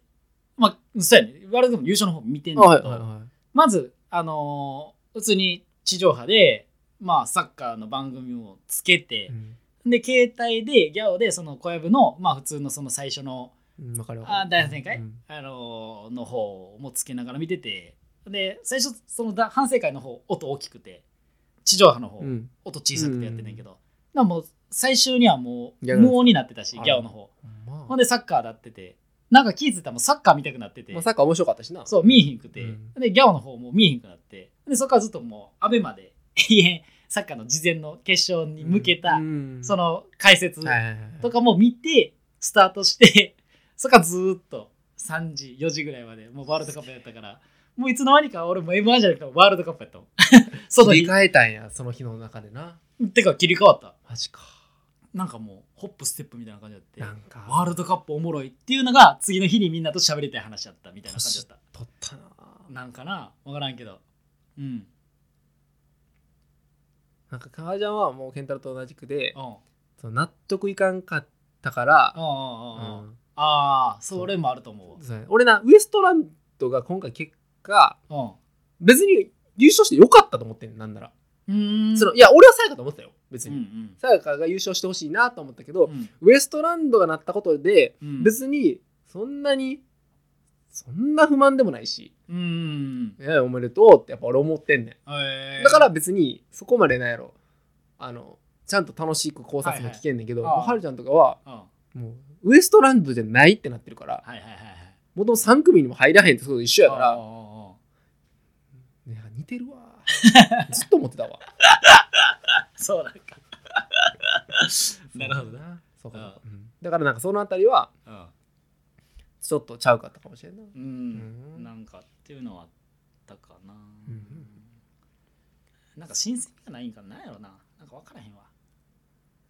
S1: まあそうやねワールドカップの優勝の方見てんだけど、まず、あのー普通に地上波で、まあ、サッカーの番組をつけて
S2: う、ん
S1: で、携帯で、ギャオで、その小籔の、まあ、普通のその最初の、
S2: うん、わかるわかる
S1: あ大戦会、
S2: うん
S1: あのーの方もつけながら見てて、で、最初、そのだ反省会の方、音大きくて、地上波の方、
S2: うん
S1: 音小さくてやってんねんけど、なんかもう、最終にはも
S2: ギャ
S1: う、
S2: オの
S1: 無音になってたし、
S2: あ
S1: ギャオの方。
S2: ま
S1: ほ
S2: あ
S1: んで、サッカーだってて、なんか気づいたらもうサッカー見たくなってて
S2: まあ、サッカー面白かったしな。
S1: そう、見えひんくて、
S2: うん
S1: で、ギャオの方も見えひんくなって、で、そこからずっともう、アベまで、 永遠、サッカーの事前の決勝に向けた、
S2: うん
S1: そ、の解説
S2: はいはいはい
S1: とかも見て、スタートして、 そこからずーっと3時、4時ぐらいまで、もうワールドカップやったから、もういつの間にか俺も M1 じゃなくてワールドカップやったもん。 その
S2: 切り
S1: 日。
S2: 替えたんや、その日の中でな。
S1: てか切り替わった。
S2: マジか。
S1: なんかもう、ホップステップみたいな感じだって。
S2: なんか、
S1: ワールドカップおもろいっていうのが次の日にみんなと喋りたい話だったみたいな感じだった。
S2: 取ったな。
S1: なんかな分からんけどうん
S2: なんか革ジャンはもう健太郎と同じくで
S1: うん。あ
S2: その納得いかんかったから、
S1: あ、
S2: うん
S1: ああ、それもあると思う
S2: そうやね俺なウエストランドが今回結果
S1: わ。
S2: 別に優勝してよかったと思ってんなんなら、
S1: うん。うん。
S2: そのいや俺はさやかと思ってたよ別
S1: うんう
S2: に
S1: ん。
S2: さやかが優勝してほしいなと思ったけど、
S1: うん
S2: ウエストランドがなったことで
S1: うん
S2: 別にそんなにそんな不満でもないし、
S1: うんうん
S2: いやおめでとうってやっぱ俺思ってんねん
S1: えー
S2: だから別にそこまでなんやろあのちゃんと楽しく考察も聞けんねんけど、
S1: はいはいああ
S2: はるちゃんとかは
S1: うんは
S2: もうウエストランドじゃないってなってるから
S1: いはいはいはい
S2: もともと3組にも入らへんってこと一緒やか
S1: あー
S2: ら、
S1: あ
S2: いや似てるわ ずっと思ってたわ
S1: ーそうなんかなるほどな
S2: なそう
S1: あ
S2: か
S1: あ、
S2: うんだからなんかそのあたりはちょっとちゃうかったかもしれんない
S1: うん、
S2: うん
S1: なんかっていうのはあったかな、
S2: うん
S1: なんか新鮮味がないんかななんやろななんか分からへんわ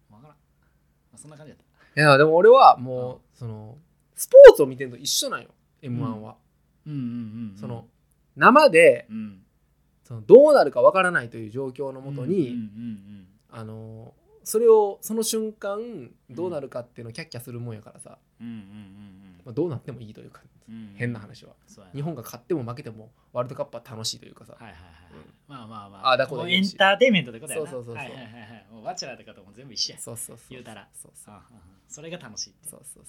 S1: 分からん、まあ、そんな感じやった
S2: いやでも俺は
S1: ああ
S2: もうそのスポーツを見てるのと一緒なんよ m 1は、
S1: うんうんうん
S2: その生で
S1: うん
S2: そのどうなるかわからないという状況のもとに、
S1: うんうん
S2: あのそれをその瞬間どうなるかっていうのをキャッキャするもんやからさ、
S1: うんうんうんうん
S2: まあ、どうなってもいいというか
S1: うんうん
S2: 変な話は
S1: そうやな
S2: 日本が勝っても負けてもワールドカップは楽しいというかさ、
S1: はいはいはい、
S2: うん
S1: まあまあまあ
S2: あだこだ
S1: もう
S2: 言
S1: エ
S2: う
S1: ン
S2: し
S1: ターテインメントってことやな
S2: そうそうそうそう
S1: はいはいはいはいもうバチェラーとかとも全部一緒や
S2: そうそうそう
S1: 言うたら
S2: そうそう
S1: ああそれが楽しいって
S2: そうそう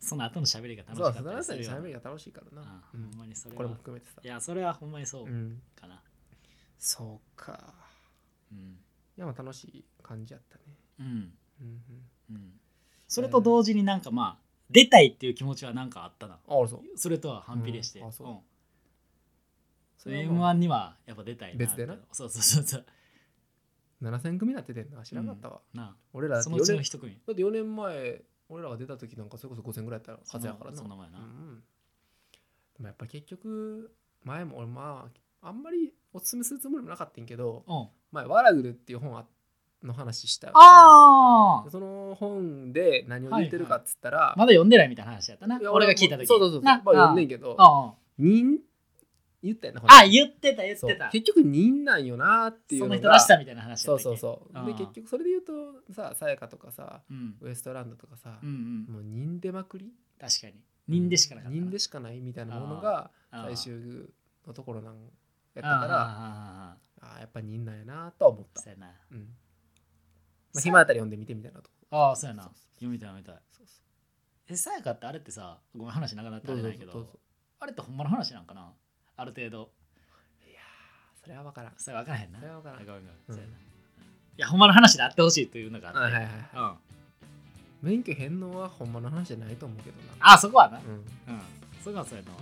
S1: その後の喋りが楽し
S2: そ
S1: か
S2: う
S1: っ
S2: そう
S1: た
S2: 7
S1: りす
S2: 歳
S1: る
S2: の
S1: よ
S2: 喋り
S1: な
S2: が楽しいからな
S1: ああ、
S2: う
S1: ほ
S2: ん
S1: んまにそれ
S2: これも
S1: は
S2: 含めてさ
S1: い、やそれはほんまにそう
S2: うん、
S1: かな
S2: そうか
S1: うん
S2: いやまあ楽しい感じやったね、
S1: うん
S2: うんうん、
S1: うんそれと同時になんかまあ出たいっていう気持ちはなんかあったな
S2: ああそう
S1: それとは反比例して、
S2: うんあそう
S1: それ M1 にはやっぱ出たい
S2: 別でな
S1: そうそうそうそう
S2: 7000組になっててんな知らなかったわ、
S1: なあ
S2: 俺らだって
S1: そ
S2: 4
S1: のうちの
S2: 年
S1: 一組
S2: だって4年前俺らが出た時なんかそれこそ5000ぐらいやったらはずやからな
S1: そんなもんやな
S2: うんうん、でもやっぱ結局前も俺まああんまりおすすめするつもりもなかったんけど
S1: うん
S2: 前「ワラグル」っていう本あの話した
S1: ああ
S2: その本で何を言ってるかっつったら、
S1: まだ読んでないみたいな話やったない
S2: や
S1: 俺が聞いた時
S2: そうそうそうそうま
S1: な
S2: あ読んねん
S1: あ
S2: けど
S1: あ
S2: 人言ったよなこれ
S1: ああ言ってた言っ
S2: そう
S1: てた
S2: 結局人なんよなっていう
S1: そ
S2: の
S1: の
S2: が
S1: 人らしさみたいな話や
S2: そ
S1: っ
S2: う
S1: たっけ
S2: そうそう
S1: ああ
S2: で結局それで言うとささやかとかさ
S1: うん
S2: ウエストランドとかさ、
S1: うんうん
S2: もう人出まくり
S1: 確かに人でしかなかったな
S2: 人でしかないみたいなものが最終のところなんやったからあ
S1: ら
S2: あーやっぱ人なんやなとは思った
S1: そうやな
S2: うんまあ、暇あたり読んでみてみたいなと
S1: ああそうやな読みたい読み
S2: い
S1: たいえさやかってあれってさごめん話長なってあ
S2: どう
S1: れ
S2: ぞ
S1: ない
S2: ど
S1: うけ
S2: ぞ
S1: ど
S2: どうぞ
S1: あれってほんまの話なんかなある程度
S2: いやーそれは分からん
S1: それ分からへんな
S2: それは分からん
S1: あごめんごめん
S2: うん
S1: そうやないやほんまの話であってほしいというのがあって
S2: はいはいはい
S1: うん
S2: 免許返納はほんまの話じゃないと思うけどな
S1: あそこはな
S2: うん
S1: うんそこはそうやな
S2: うん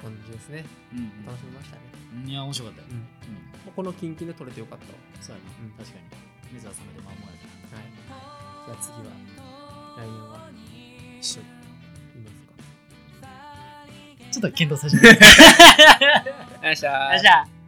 S2: 感じですね
S1: うん
S2: 楽しみましたね、
S1: うんいや面白かったよ
S2: うん
S1: うん
S2: この近々で取れてよかったわ
S1: そうや
S2: うん
S1: な確かに水は冷めてまんもやな
S2: はいじゃあ次は来年は一緒にいますか
S1: ちょっと検討させてもらいます
S2: よっしゃ
S1: よっしゃ